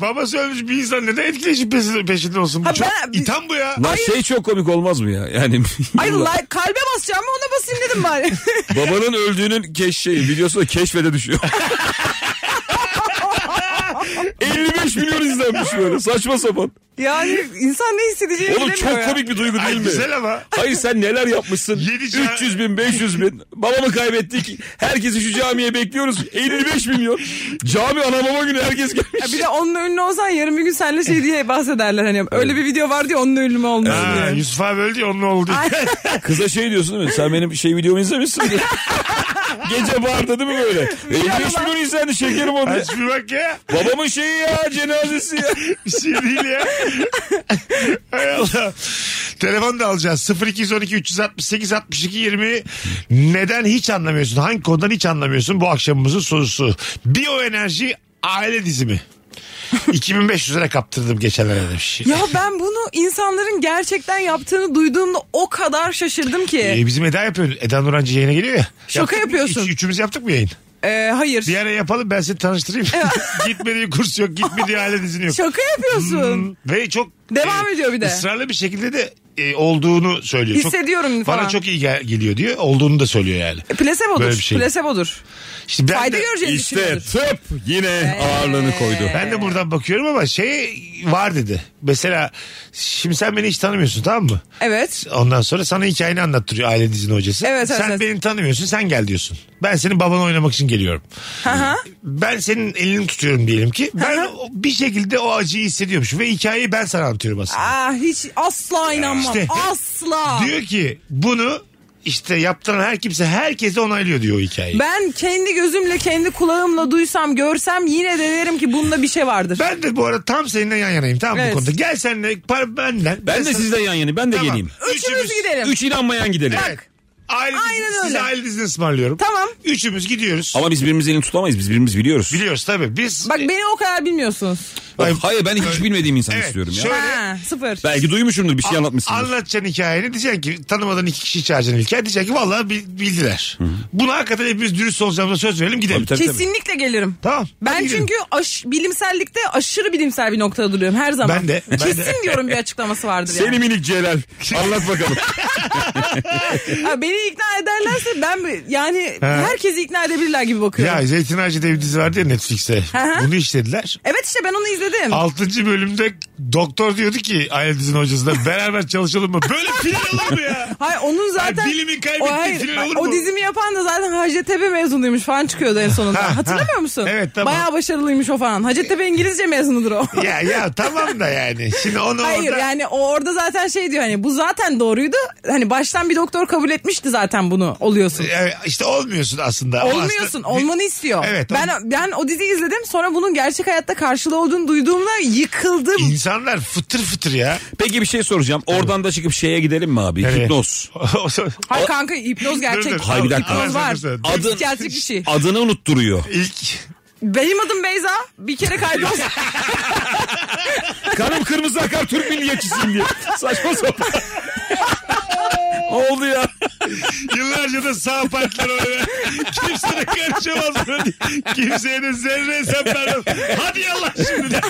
Speaker 3: Babası ölmüş bir insan neden etkileşim peşinde, peşinde olsun? Bu
Speaker 4: Ha,
Speaker 3: çok
Speaker 4: ben-
Speaker 3: itham bu ya.
Speaker 5: Lan şey çok komik olmaz mı ya? Yani
Speaker 4: *laughs* Ay like, kalbe basacağım ama ona basayım dedim bari. *laughs*
Speaker 5: babanın öldüğünün keş şeyi biliyorsun da keşfede düşüyor.
Speaker 4: *laughs*
Speaker 5: 55 milyon izlenmiş böyle saçma sapan.
Speaker 4: yani insan ne hissedeceğini
Speaker 5: Oğlum
Speaker 4: bilemiyor
Speaker 5: çok
Speaker 4: ya.
Speaker 5: komik bir duygu
Speaker 3: Ay,
Speaker 5: değil mi?
Speaker 3: güzel ama.
Speaker 5: Hayır sen neler yapmışsın?
Speaker 3: *laughs* Yedi ca-
Speaker 5: 300 bin, 500 bin. Babamı kaybettik. Herkesi şu camiye bekliyoruz. 55 milyon. Cami ana baba günü herkes gelmiş.
Speaker 4: Ya bir de onunla ünlü olsan yarın bir gün senle şey diye bahsederler hani öyle bir video var diye onunla ünlü mü olmuş
Speaker 3: Ha,
Speaker 4: diye.
Speaker 3: Yusuf abi öldü ya onun oldu.
Speaker 5: Kıza şey diyorsun değil mi? Sen benim şey
Speaker 3: *laughs*
Speaker 5: videomu izlemişsin. diye. Gece barda değil mi böyle? 55 milyon izlendi şekerim o diye.
Speaker 3: Aç bir bak ya.
Speaker 5: Babamın şeyi ya
Speaker 3: *laughs*
Speaker 5: cenazesi ya.
Speaker 3: Bir şey değil ya. Hay Allah. Telefon da alacağız. 0212 368 62 20 neden hiç anlamıyorsun? Hangi konudan hiç anlamıyorsun? Bu akşamımızın sorusu. Biyoenerji aile
Speaker 4: *laughs*
Speaker 3: dizimi. 2500 lira kaptırdım geçenlerde demiş.
Speaker 4: Ya ben bunu insanların gerçekten yaptığını duyduğumda o kadar şaşırdım ki.
Speaker 3: Ee, bizim Eda yapıyor. Eda Nurancı yayına geliyor ya.
Speaker 4: Şaka yapıyorsun.
Speaker 3: Üç- üçümüz yaptık mı yayın?
Speaker 4: Ee, hayır.
Speaker 3: Bir ara yapalım ben seni
Speaker 4: *laughs*
Speaker 3: tanıştırayım. Gitmediği kurs yok, gitmediği aile dizini yok.
Speaker 4: Şaka yapıyorsun.
Speaker 3: Hmm. Ve çok e,
Speaker 4: Devam ediyor bir de.
Speaker 3: ısrarlı bir şekilde de e, olduğunu söylüyor. Çok-
Speaker 4: Hissediyorum falan.
Speaker 3: Bana çok iyi gel- geliyor diyor. Olduğunu da söylüyor yani.
Speaker 4: Plasebodur.
Speaker 3: Böyle bir şey.
Speaker 4: Plasebodur.
Speaker 3: İşte ben
Speaker 4: Fayda
Speaker 3: de,
Speaker 4: göreceğini
Speaker 5: İşte
Speaker 4: düşünüyordur.
Speaker 5: tıp yine ağırlığını koydu.
Speaker 3: Ben de buradan bakıyorum ama şey var dedi. Mesela şimdi sen beni hiç tanımıyorsun tamam mı?
Speaker 4: Evet.
Speaker 3: Ondan sonra sana hikayeni anlattırıyor aile dizini hocası.
Speaker 4: Evet, evet,
Speaker 3: sen
Speaker 4: evet.
Speaker 3: beni tanımıyorsun sen gel diyorsun. Ben senin babanı oynamak için geliyorum.
Speaker 4: Aha.
Speaker 3: Ben senin elini tutuyorum diyelim ki. Ben o- bir şekilde o acıyı hissediyormuş ve hikayeyi ben sana anlatıyorum aslında.
Speaker 4: Aa, Ah, hiç asla inanmam.
Speaker 3: İşte.
Speaker 4: asla.
Speaker 3: Diyor ki bunu işte yaptıran her kimse herkese onaylıyor diyor o hikayeyi. Ben,
Speaker 4: Ben kendi gözümle kendi kulağımla duysam görsem yine de derim ki bunda bir şey vardır.
Speaker 3: de bu arada tam seninle yan yanayım tamam mı
Speaker 4: Evet.
Speaker 3: bu konuda. Gel senle para benden.
Speaker 5: Ben de
Speaker 3: sana-
Speaker 5: sizden yan yanayım. Ben de
Speaker 3: Tamam.
Speaker 5: geleyim.
Speaker 4: Üçümüz gidelim.
Speaker 5: Üç inanmayan gidelim.
Speaker 3: Evet. Aile
Speaker 4: Aynen
Speaker 3: dizini- size
Speaker 4: öyle.
Speaker 3: aile dizini ısmarlıyorum.
Speaker 4: Tamam.
Speaker 3: Üçümüz gidiyoruz.
Speaker 5: Ama biz birbirimizin elini tutamayız. Biz birbirimiz biliyoruz.
Speaker 3: Biliyoruz tabii biz.
Speaker 4: Bak beni o kadar bilmiyorsunuz.
Speaker 3: Ay-
Speaker 5: Hayır ben hiç bilmediğim insan
Speaker 3: Evet,
Speaker 5: istiyorum ya.
Speaker 3: şöyle- Öyle.
Speaker 4: Ha, sıfır.
Speaker 5: Belki duymuşumdur bir şey anlatmışsındır.
Speaker 3: Anlatacaksın hikayeni. Diyeceksin ki tanımadan iki kişi çağıracaksın İlker. Diyeceksin ki vallahi bil- bildiler. Buna hakikaten hepimiz dürüst olacağımıza söz verelim gidelim.
Speaker 5: Tabii, tabii, tabii.
Speaker 4: Kesinlikle gelirim.
Speaker 3: Tamam.
Speaker 4: Ben
Speaker 3: Hadi gidelim.
Speaker 4: çünkü aş- bilimsellikte aşırı bilimsel bir noktada duruyorum her zaman.
Speaker 3: Ben de, ben de.
Speaker 4: Kesin diyorum bir açıklaması vardır
Speaker 5: Seni
Speaker 4: yani.
Speaker 5: minik Celal. Anlat
Speaker 3: *laughs*
Speaker 5: bakalım.
Speaker 4: Ha, beni ikna ederlerse ben mi- yani
Speaker 3: He.
Speaker 4: herkesi ikna edebilirler gibi bakıyorum.
Speaker 3: Ya Zeytin Ağacı diye bir dizi vardı ya Netflix'te.
Speaker 4: hı.
Speaker 3: Bunu işlediler.
Speaker 4: Evet işte ben onu izledim.
Speaker 3: 6. bölümde doktor diyordu ki aile dizinin hocası da beraber çalışalım mı? Böyle final olur mu ya?
Speaker 4: Hayır onun zaten...
Speaker 3: Ay, bilimi kaybettiği final olur
Speaker 4: o
Speaker 3: mu?
Speaker 4: dizimi yapan da zaten Hacettepe mezunuymuş falan çıkıyordu en
Speaker 3: Ha, ha.
Speaker 4: sonunda. Hatırlamıyor musun?
Speaker 3: Evet, tamam.
Speaker 4: Bayağı başarılıymış o falan. Hacettepe İngilizce mezunudur o.
Speaker 3: *laughs* Ya ya tamam da yani. Şimdi onu
Speaker 4: *laughs* Hayır
Speaker 3: orada...
Speaker 4: yani o orada zaten şey diyor hani bu zaten doğruydu. Hani baştan bir doktor kabul etmişti zaten bunu oluyorsun.
Speaker 3: Evet, işte olmuyorsun aslında. O
Speaker 4: Olmuyorsun
Speaker 3: aslında-
Speaker 4: olmanı istiyor.
Speaker 3: Evet,
Speaker 4: ben,
Speaker 3: ama-
Speaker 4: ben o diziyi izledim sonra bunun gerçek hayatta karşılığı olduğunu duyduğumda yıkıldım.
Speaker 3: İnsanlar fıtır fıtır ya.
Speaker 5: Peki bir şey soracağım. Oradan da çıkıp şeye gidelim mi abi?
Speaker 3: Evet.
Speaker 5: Hipnoz.
Speaker 4: Hayır kanka hipnoz
Speaker 3: Dur,
Speaker 4: gerçek.
Speaker 3: dur.
Speaker 5: Hayır, bir dakika.
Speaker 4: Hipnoz var.
Speaker 3: Dur, dur, dur.
Speaker 5: Adın-
Speaker 4: Psikiyatrik bir şey.
Speaker 5: Adını unutturuyor.
Speaker 3: İlk *laughs*
Speaker 4: Benim adım Beyza. Bir kere kayboldum.
Speaker 5: Kanım kırmızı akar Türk milliyetçisiyim diye. Saçma sapan. ne oldu ya?
Speaker 3: yıllarca da sağ partiler oraya. Kimse de karışamaz. buna diye. Kimseye de zerre hesap vermem. Hadi yallah şimdi.
Speaker 4: *laughs*
Speaker 3: de.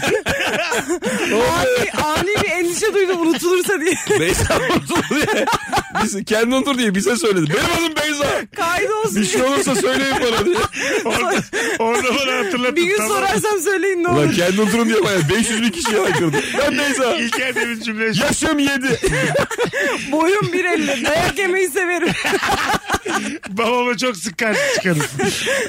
Speaker 4: ani, ani bir endişe duydum unutulursa diye.
Speaker 5: Beyza unutur diye. Biz, kendi unutur diye bize söyledi. Benim adım Beyza.
Speaker 4: Kaydolsun.
Speaker 5: Bir şey olursa söyleyin bana diye.
Speaker 3: Orada, orada bana hatırlattın.
Speaker 4: Bir gün
Speaker 3: Tamam.
Speaker 4: sorarsam söyleyin ne
Speaker 5: Ulan
Speaker 4: olur.
Speaker 5: kendi unuturum diye bayağı 500 bin kişiye haykırdı. Ben Beyza.
Speaker 3: İlker de bir
Speaker 4: *laughs*
Speaker 3: cümle.
Speaker 5: Yaşım yedi.
Speaker 4: Boyum 1.50. Dayak yemeyi severim.
Speaker 3: Babama çok sık karşı çıkarım.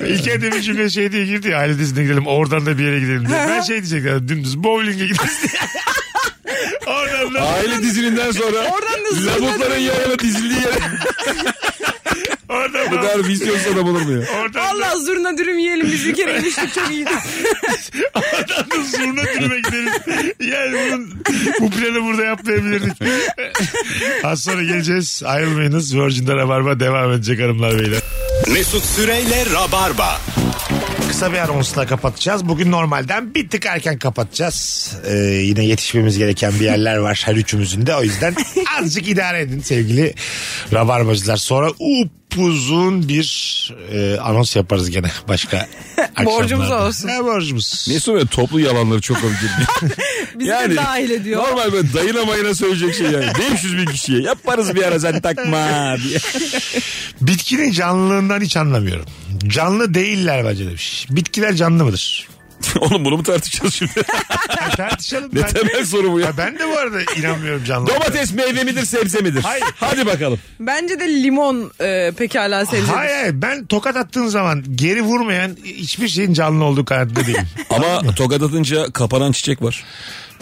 Speaker 3: İlker de bir cümle şey diye girdi ya aile dizine gidelim oradan da bir yere gidelim diye. Ben şey diyecektim dümdüz bowling'e gideriz diye. *laughs* oradan da
Speaker 5: Aile dizininden sonra
Speaker 4: Oradan da sonra-
Speaker 5: labutların yanına dizildiği yere.
Speaker 3: oradan
Speaker 5: Bu
Speaker 3: da
Speaker 5: kadar vizyonsuz adam olur mu ya?
Speaker 3: oradan da
Speaker 4: Allah zurna dürüm yiyelim biz bir kere yemiştik çok iyi.
Speaker 3: oradan da *laughs* zurna dilime gideriz. Yani bunun, bu planı burada yapmayabilirdik. *laughs* Az sonra geleceğiz. Ayrılmayınız. Virgin'de Rabarba devam edecek hanımlar beyler.
Speaker 2: Mesut Süreyle Rabarba.
Speaker 3: Kısa bir anonsla kapatacağız. Bugün normalden bir tık erken kapatacağız. Ee, yine yetişmemiz gereken bir yerler var her üçümüzün de. O
Speaker 4: *laughs*
Speaker 3: yüzden azıcık idare edin sevgili rabarbacılar. Sonra upuzun bir e, anons yaparız gene başka akşamlarda.
Speaker 4: *laughs* Borcumuz olsun.
Speaker 3: Ne borcumuz?
Speaker 5: Mesut Bey toplu yalanları
Speaker 4: *laughs*
Speaker 5: çok komik geliyor.
Speaker 4: Bizi de dahil ediyor.
Speaker 5: Normal böyle dayına mayına söyleyecek şey yani. 500 bin kişiye yaparız bir ara sen takma diye.
Speaker 3: Bitkinin canlılığından hiç anlamıyorum. Canlı değiller bence demiş. Bitkiler canlı
Speaker 4: *laughs*
Speaker 3: mıdır?
Speaker 5: *laughs* Oğlum bunu mu tartışacağız şimdi?
Speaker 3: Ya tartışalım.
Speaker 5: ne
Speaker 3: ben,
Speaker 5: temel soru bu ya.
Speaker 3: Ya ben de bu arada inanmıyorum canlı.
Speaker 5: Domates meyve midir sebze midir?
Speaker 3: Hayır.
Speaker 5: Hadi bakalım.
Speaker 4: Bence de limon e, pekala sebzedir.
Speaker 3: Hayır hayır ben tokat attığın zaman geri vurmayan hiçbir şeyin canlı olduğu kanaatinde
Speaker 4: *laughs*
Speaker 3: değilim.
Speaker 5: Ama tokat atınca kapanan çiçek var.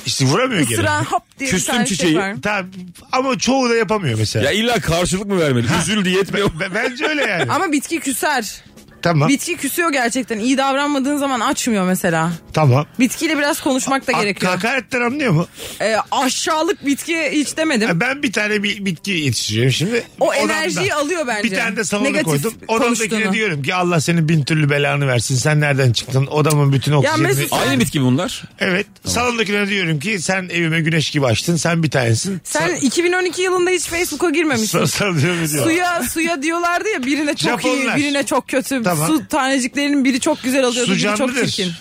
Speaker 3: İşte vuramıyor geri.
Speaker 4: Sıra hop diye
Speaker 5: Küstüm
Speaker 4: bir tane
Speaker 5: çiçeği.
Speaker 4: şey var.
Speaker 3: Tamam, ama çoğu da yapamıyor mesela.
Speaker 5: Ya illa karşılık mı vermeli? Üzül
Speaker 3: *laughs*
Speaker 5: diye yetmiyor.
Speaker 3: B- Bence öyle yani.
Speaker 4: Ama bitki küser.
Speaker 3: tamam
Speaker 4: Bitki küsüyor gerçekten. İyi davranmadığın zaman açmıyor mesela.
Speaker 3: tamam.
Speaker 4: Bitkiyle biraz konuşmak da
Speaker 3: A-
Speaker 4: gerekiyor.
Speaker 3: Hakaretten anlıyor mu?
Speaker 4: E, aşağılık bitki hiç demedim.
Speaker 3: Ya Ben bir tane bi- bitki yetiştiriyorum şimdi.
Speaker 4: O
Speaker 3: Odamda.
Speaker 4: enerjiyi alıyor bence.
Speaker 3: Bir tane de salona
Speaker 4: Negatif
Speaker 3: koydum. Odamdakine
Speaker 4: konuştuğunu.
Speaker 3: diyorum ki Allah senin bin türlü belanı versin. Sen nereden çıktın? Odamın bütün oksijenini.
Speaker 4: Mesut-
Speaker 5: Aynı bitki mi bunlar?
Speaker 3: Evet. Salondakine diyorum ki sen evime güneş gibi açtın. Sen bir tanesin.
Speaker 4: Sen 2012 yılında hiç Facebook'a girmemişsin.
Speaker 3: Sa- Sallıyorum diyor.
Speaker 4: Suya suya diyorlardı ya birine çok iyi
Speaker 3: Japonlar.
Speaker 4: birine çok kötü
Speaker 3: Tamam.
Speaker 4: su taneciklerinin biri çok güzel oluyor,
Speaker 3: Su
Speaker 4: biri çok
Speaker 3: canlıdır.
Speaker 4: çirkin.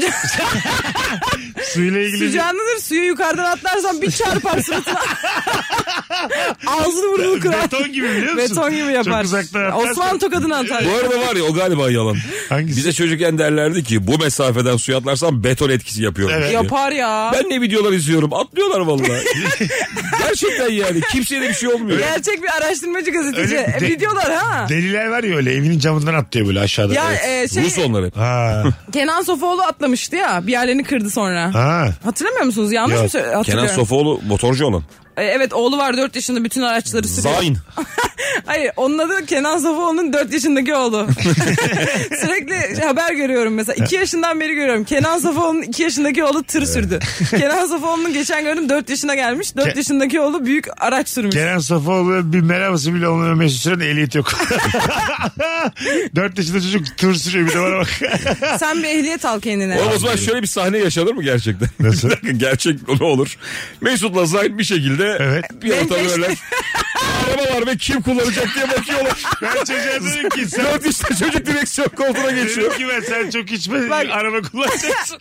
Speaker 3: *laughs*
Speaker 4: can-
Speaker 3: Suyla ilgili
Speaker 4: su
Speaker 3: bir-
Speaker 4: canlıdır. Suyu yukarıdan atlarsan bir çarpar
Speaker 3: *laughs*
Speaker 4: suratına. Ağzını burnunu kırar.
Speaker 3: Beton gibi biliyor musun?
Speaker 4: Beton gibi yapar.
Speaker 3: Çok uzaktan atlarsan-
Speaker 4: Osman tokadını atar.
Speaker 5: Bu arada var ya o galiba yalan.
Speaker 3: Hangisi?
Speaker 5: Bize çocukken derlerdi ki bu mesafeden suya atlarsan beton etkisi yapıyor.
Speaker 3: Evet.
Speaker 4: Yapar ya.
Speaker 5: Ben ne videolar izliyorum
Speaker 3: *laughs*
Speaker 5: atlıyorlar vallahi. Gerçekten yani kimseye de bir şey olmuyor.
Speaker 4: Gerçek bir araştırmacı gazeteci.
Speaker 3: Öyle
Speaker 4: E,
Speaker 3: de-
Speaker 4: Videolar ha.
Speaker 3: Deliler var ya öyle evinin camından atlıyor böyle aşağıda.
Speaker 4: ya
Speaker 3: Evet.
Speaker 4: e, şey,
Speaker 5: Rus onlar hep.
Speaker 3: Ha.
Speaker 4: Kenan Sofoğlu atlamıştı ya. Bir yerlerini kırdı sonra.
Speaker 3: Ha.
Speaker 4: Hatırlamıyor musunuz? Yanlış
Speaker 3: Yok.
Speaker 4: mı söylüyorum?
Speaker 5: Kenan Sofoğlu motorcu olan.
Speaker 4: E, Evet oğlu var 4 yaşında bütün araçları sürüyor.
Speaker 3: *laughs*
Speaker 5: Zayn.
Speaker 4: Hayır onun adı Kenan Sofoğlu'nun 4
Speaker 3: *laughs*
Speaker 4: yaşındaki oğlu. Sürekli haber görüyorum mesela. 2 yaşından beri görüyorum. Kenan Sofoğlu'nun 2 yaşındaki oğlu tır sürdü. Kenan Sofoğlu'nun geçen gördüm 4 yaşına gelmiş. 4
Speaker 3: Ke-
Speaker 4: yaşındaki oğlu büyük araç sürmüş.
Speaker 3: Kenan Sofoğlu bir merhabası bile olmuyor Mesut Süren'in ehliyeti yok. *laughs* Dört yaşında çocuk tur sürüyor bir de bana bak.
Speaker 4: *laughs* Sen bir ehliyet al kendine.
Speaker 5: Oğlum o zaman şöyle bir sahne yaşanır mı *laughs* gerçekten?
Speaker 3: Nasıl?
Speaker 5: Bir dakika, Gerçek ne olur? Mesut'la Zayn bir şekilde
Speaker 3: Evet.
Speaker 5: bir orta
Speaker 4: Benzeşti.
Speaker 5: böyle araba var ve kim kullanacak diye bakıyorlar.
Speaker 3: Ben çocuğa dedim ki sen
Speaker 5: Dört işte çocuk direksiyon koltuğuna geçiyor.
Speaker 3: Dedim ki ben sen çok içme
Speaker 4: Bak-
Speaker 3: araba
Speaker 4: *laughs*
Speaker 3: kullanacaksın.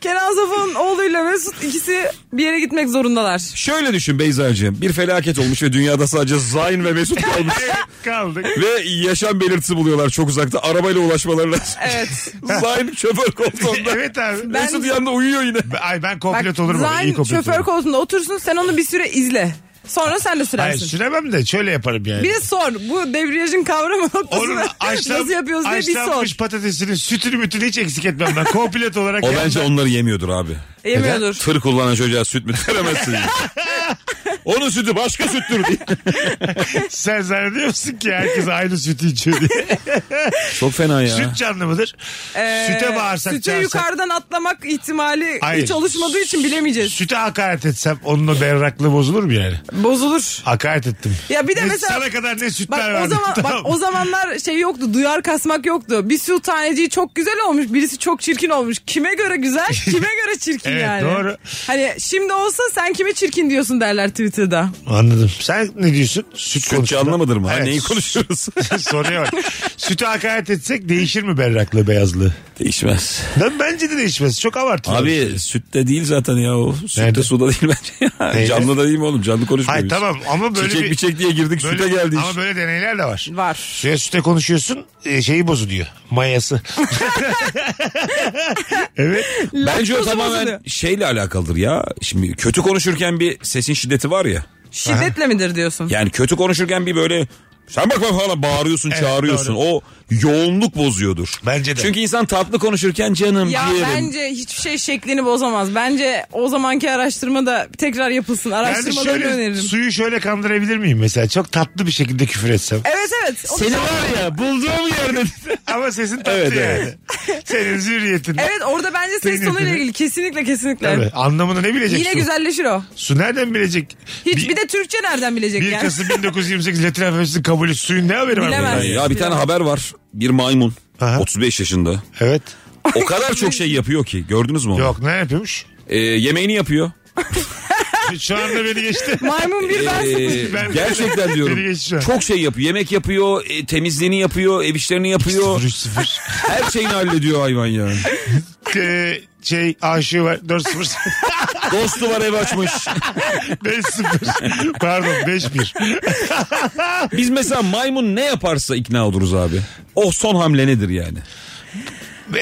Speaker 4: Kenan Sofoğlu'nun oğluyla Mesut ikisi bir yere gitmek zorundalar.
Speaker 5: *laughs* Şöyle düşün Beyza'cığım. Bir felaket olmuş ve dünyada sadece Zayn ve Mesut *laughs* kalmış.
Speaker 3: Kaldık.
Speaker 5: ve yaşam belirtisi buluyorlar çok uzakta. Arabayla ulaşmaları lazım.
Speaker 3: *laughs*
Speaker 4: Evet.
Speaker 5: *laughs* Zayn şoför koltuğunda.
Speaker 3: evet abi.
Speaker 4: Ben-
Speaker 5: Mesut yanında uyuyor yine.
Speaker 3: Ay ben
Speaker 4: Bak
Speaker 3: komplet olurum. abi, iyi
Speaker 4: Zayn
Speaker 3: komplet
Speaker 4: şoför
Speaker 3: olurum.
Speaker 4: koltuğunda otursun sen onu bir süre izle. Sonra sen de
Speaker 3: Hayır
Speaker 4: sürersin.
Speaker 3: süremem de şöyle yaparım yani.
Speaker 4: Bir de sor bu debriyajın kavramı
Speaker 3: Onun
Speaker 4: noktasını
Speaker 3: açlan,
Speaker 4: *laughs* nasıl yapıyoruz diye bir sor.
Speaker 3: açlanmış patatesinin sütünü mütünü hiç eksik etmem ben. Komplet olarak.
Speaker 5: O
Speaker 3: yanında-
Speaker 5: bence onları yemiyordur abi.
Speaker 4: Yemiyordur.
Speaker 5: Tır kullanan çocuğa süt mü veremezsin. Onun sütü başka süttür diye.
Speaker 3: Sen zannediyor musun ki herkes aynı sütü içiyor diye.
Speaker 5: Çok fena *laughs* ya.
Speaker 3: Süt canlı mıdır?
Speaker 4: Ee,
Speaker 3: Süte bağırsak
Speaker 4: Sütü
Speaker 3: çağırsak-
Speaker 4: yukarıdan atlamak ihtimali
Speaker 3: Hayır.
Speaker 4: hiç oluşmadığı için bilemeyeceğiz.
Speaker 3: Süte hakaret etsem onun o berraklığı bozulur mu yani?
Speaker 4: Bozulur.
Speaker 3: Hakaret ettim.
Speaker 4: Ya bir de
Speaker 3: Ne-
Speaker 4: mesela-
Speaker 3: Sana kadar ne sütler
Speaker 4: Bak
Speaker 3: verdim.
Speaker 4: o zaman
Speaker 3: Tamam.
Speaker 4: bak o zamanlar şey yoktu. Duyar kasmak yoktu. Bir su taneciği çok güzel olmuş, birisi çok çirkin olmuş. Kime göre güzel, kime
Speaker 3: *laughs*
Speaker 4: göre çirkin
Speaker 3: Evet,
Speaker 4: yani.
Speaker 3: doğru.
Speaker 4: Hani şimdi olsa sen kime çirkin diyorsun derler Twitter'da.
Speaker 3: Anladım. Sen ne diyorsun? Süt,
Speaker 5: Sütçü anlamadır mı? Ha,
Speaker 3: Evet.
Speaker 5: neyi konuşuyoruz?
Speaker 3: *laughs* Soruya bak. Sütü hakaret etsek değişir mi berraklığı beyazlığı?
Speaker 5: Değişmez.
Speaker 3: Ben bence de değişmez. Çok abartılı.
Speaker 5: Abi sütte değil zaten ya o. Sütte
Speaker 3: Nerede?
Speaker 5: suda değil bence ya.
Speaker 3: *laughs* Neydi?
Speaker 5: Canlı da değil mi oğlum? Canlı konuşmuyoruz.
Speaker 3: Hayır tamam ama böyle
Speaker 5: Çiçek
Speaker 3: bir...
Speaker 5: bir çek diye girdik
Speaker 3: böyle-
Speaker 5: süte geldi iş.
Speaker 3: Ama böyle deneyler de var.
Speaker 4: Var.
Speaker 3: Suya süte konuşuyorsun e, şeyi bozuluyor.
Speaker 4: *laughs*
Speaker 3: Mayası. evet.
Speaker 5: Bence o
Speaker 4: Laktozu
Speaker 5: tamamen
Speaker 4: bozuluyor.
Speaker 5: şeyle alakalıdır ya. Şimdi kötü konuşurken bir sesin şiddeti var ya.
Speaker 4: Şiddetle midir diyorsun?
Speaker 5: Yani kötü konuşurken bir böyle sen bakma falan bağırıyorsun
Speaker 3: Evet,
Speaker 5: çağırıyorsun.
Speaker 3: doğru.
Speaker 5: O yoğunluk bozuyordur.
Speaker 3: Bence de.
Speaker 5: Çünkü insan tatlı konuşurken canım
Speaker 4: Ya
Speaker 5: ciğerim.
Speaker 4: bence hiçbir şey şeklini bozamaz. Bence o zamanki araştırma da tekrar yapılsın.
Speaker 3: Yani
Speaker 4: Araştırmalarını
Speaker 3: şöyle,
Speaker 4: öneririm.
Speaker 3: suyu şöyle kandırabilir miyim mesela? Çok tatlı bir şekilde küfür
Speaker 4: *laughs*
Speaker 3: etsem.
Speaker 4: Evet evet. O-
Speaker 5: Seni var ya bulduğum yerde.
Speaker 3: Ama sesin tatlı
Speaker 5: Evet,
Speaker 3: yani. *laughs* Senin zürriyetin.
Speaker 4: Evet orada bence ses
Speaker 3: Senin
Speaker 4: tonuyla
Speaker 3: yeteneğin.
Speaker 4: ilgili kesinlikle kesinlikle.
Speaker 3: Tabii. Anlamını ne bilecek
Speaker 4: Yine
Speaker 3: su?
Speaker 4: güzelleşir o.
Speaker 3: Su nereden bilecek?
Speaker 4: Hiç bir, de Türkçe nereden bilecek
Speaker 3: 1
Speaker 4: yani?
Speaker 3: Kasım 1928 Latin alfabesinin kabulü suyun ne haberi var?
Speaker 4: Bilemez.
Speaker 3: bundan ya?
Speaker 5: ya bir tane haber var. Bir maymun.
Speaker 3: Aha.
Speaker 5: 35 yaşında.
Speaker 3: Evet.
Speaker 5: O kadar çok şey yapıyor ki. Gördünüz mü onu?
Speaker 3: Yok ne yapıyormuş?
Speaker 5: Ee, yemeğini yapıyor.
Speaker 3: Şu anda beni geçti.
Speaker 4: Maymun bir ben
Speaker 5: Ee,
Speaker 3: Ben-
Speaker 5: gerçekten
Speaker 3: Biri
Speaker 5: diyorum.
Speaker 3: geçti şu an.
Speaker 5: Çok şey yapıyor. Yemek yapıyor, e, temizliğini yapıyor, ev işlerini yapıyor.
Speaker 4: *laughs*
Speaker 3: 3-0.
Speaker 5: Her şeyini hallediyor hayvan yani.
Speaker 3: Ee, şey aşığı var 4-0.
Speaker 5: Dostu var ev açmış.
Speaker 3: 5-0. *laughs* Pardon 5-1.
Speaker 5: Biz mesela maymun ne yaparsa ikna oluruz abi. O son hamle nedir yani?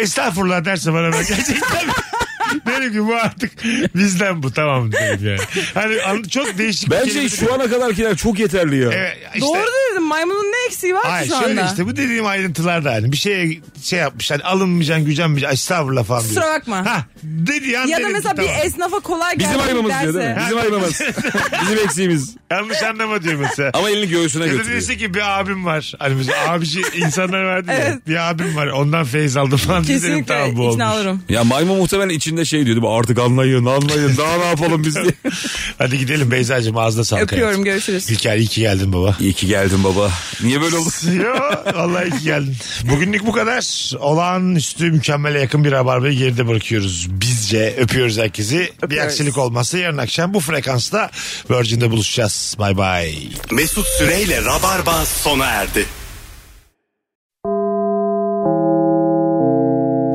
Speaker 3: Estağfurullah derse bana ben gerçekten *laughs* derim ki bu artık bizden bu tamam derim yani. Hani an- çok değişik. bir kelime-
Speaker 5: Bence şu ana kadarkiler çok yeterli ya.
Speaker 3: Evet, işte-
Speaker 4: Doğru dedim maymunun ne eksiği var
Speaker 3: Ay
Speaker 4: ki şu anda?
Speaker 3: şöyle işte bu dediğim ayrıntılar da hani bir şeye şey yapmış hani alınmayacaksın gücenmeyeceksin estağfurullah falan diyor.
Speaker 4: Kusura bakma.
Speaker 3: Ha dedi an
Speaker 4: Ya da
Speaker 3: derim ki
Speaker 4: mesela bir
Speaker 3: tamam.
Speaker 4: esnafa kolay geldi
Speaker 5: Bizim ayıbımız
Speaker 4: derse.
Speaker 5: diyor değil mi?
Speaker 3: *laughs*
Speaker 5: Bizim ayıbımız. Bizim eksiğimiz.
Speaker 3: Yanlış anlama diyor mesela.
Speaker 5: *laughs* Ama elini göğsüne
Speaker 3: Ya da
Speaker 5: götürüyor.
Speaker 3: dese ki bir abim var. Hani mesela abici insanlar verdi ya.
Speaker 4: Evet.
Speaker 3: Bir abim var ondan feyiz aldım falan. *laughs* diye derim,
Speaker 4: Kesinlikle
Speaker 3: tamam, bu olmuş.
Speaker 4: ikna olurum.
Speaker 5: Ya maymun muhtemelen içinde şey diyor değil mi? Artık anlayın anlayın daha ne yapalım biz diye.
Speaker 3: *laughs* Hadi gidelim Beyza'cığım ağzına sağlık.
Speaker 4: Öpüyorum
Speaker 3: hayatım.
Speaker 4: görüşürüz.
Speaker 3: İlker iyi ki geldin *laughs* baba.
Speaker 5: İyi ki geldin baba. Niye böyle oldu?
Speaker 3: Yo, vallahi iyi ki geldin. Bugünlük bu kadar. Olağanüstü mükemmele yakın bir rabarbayı geride bırakıyoruz. Bizce öpüyoruz herkesi. Bir aksilik olmazsa yarın akşam bu frekansta Virgin'de buluşacağız. Bay bay.
Speaker 2: Mesut Süreyle Rabarba sona erdi.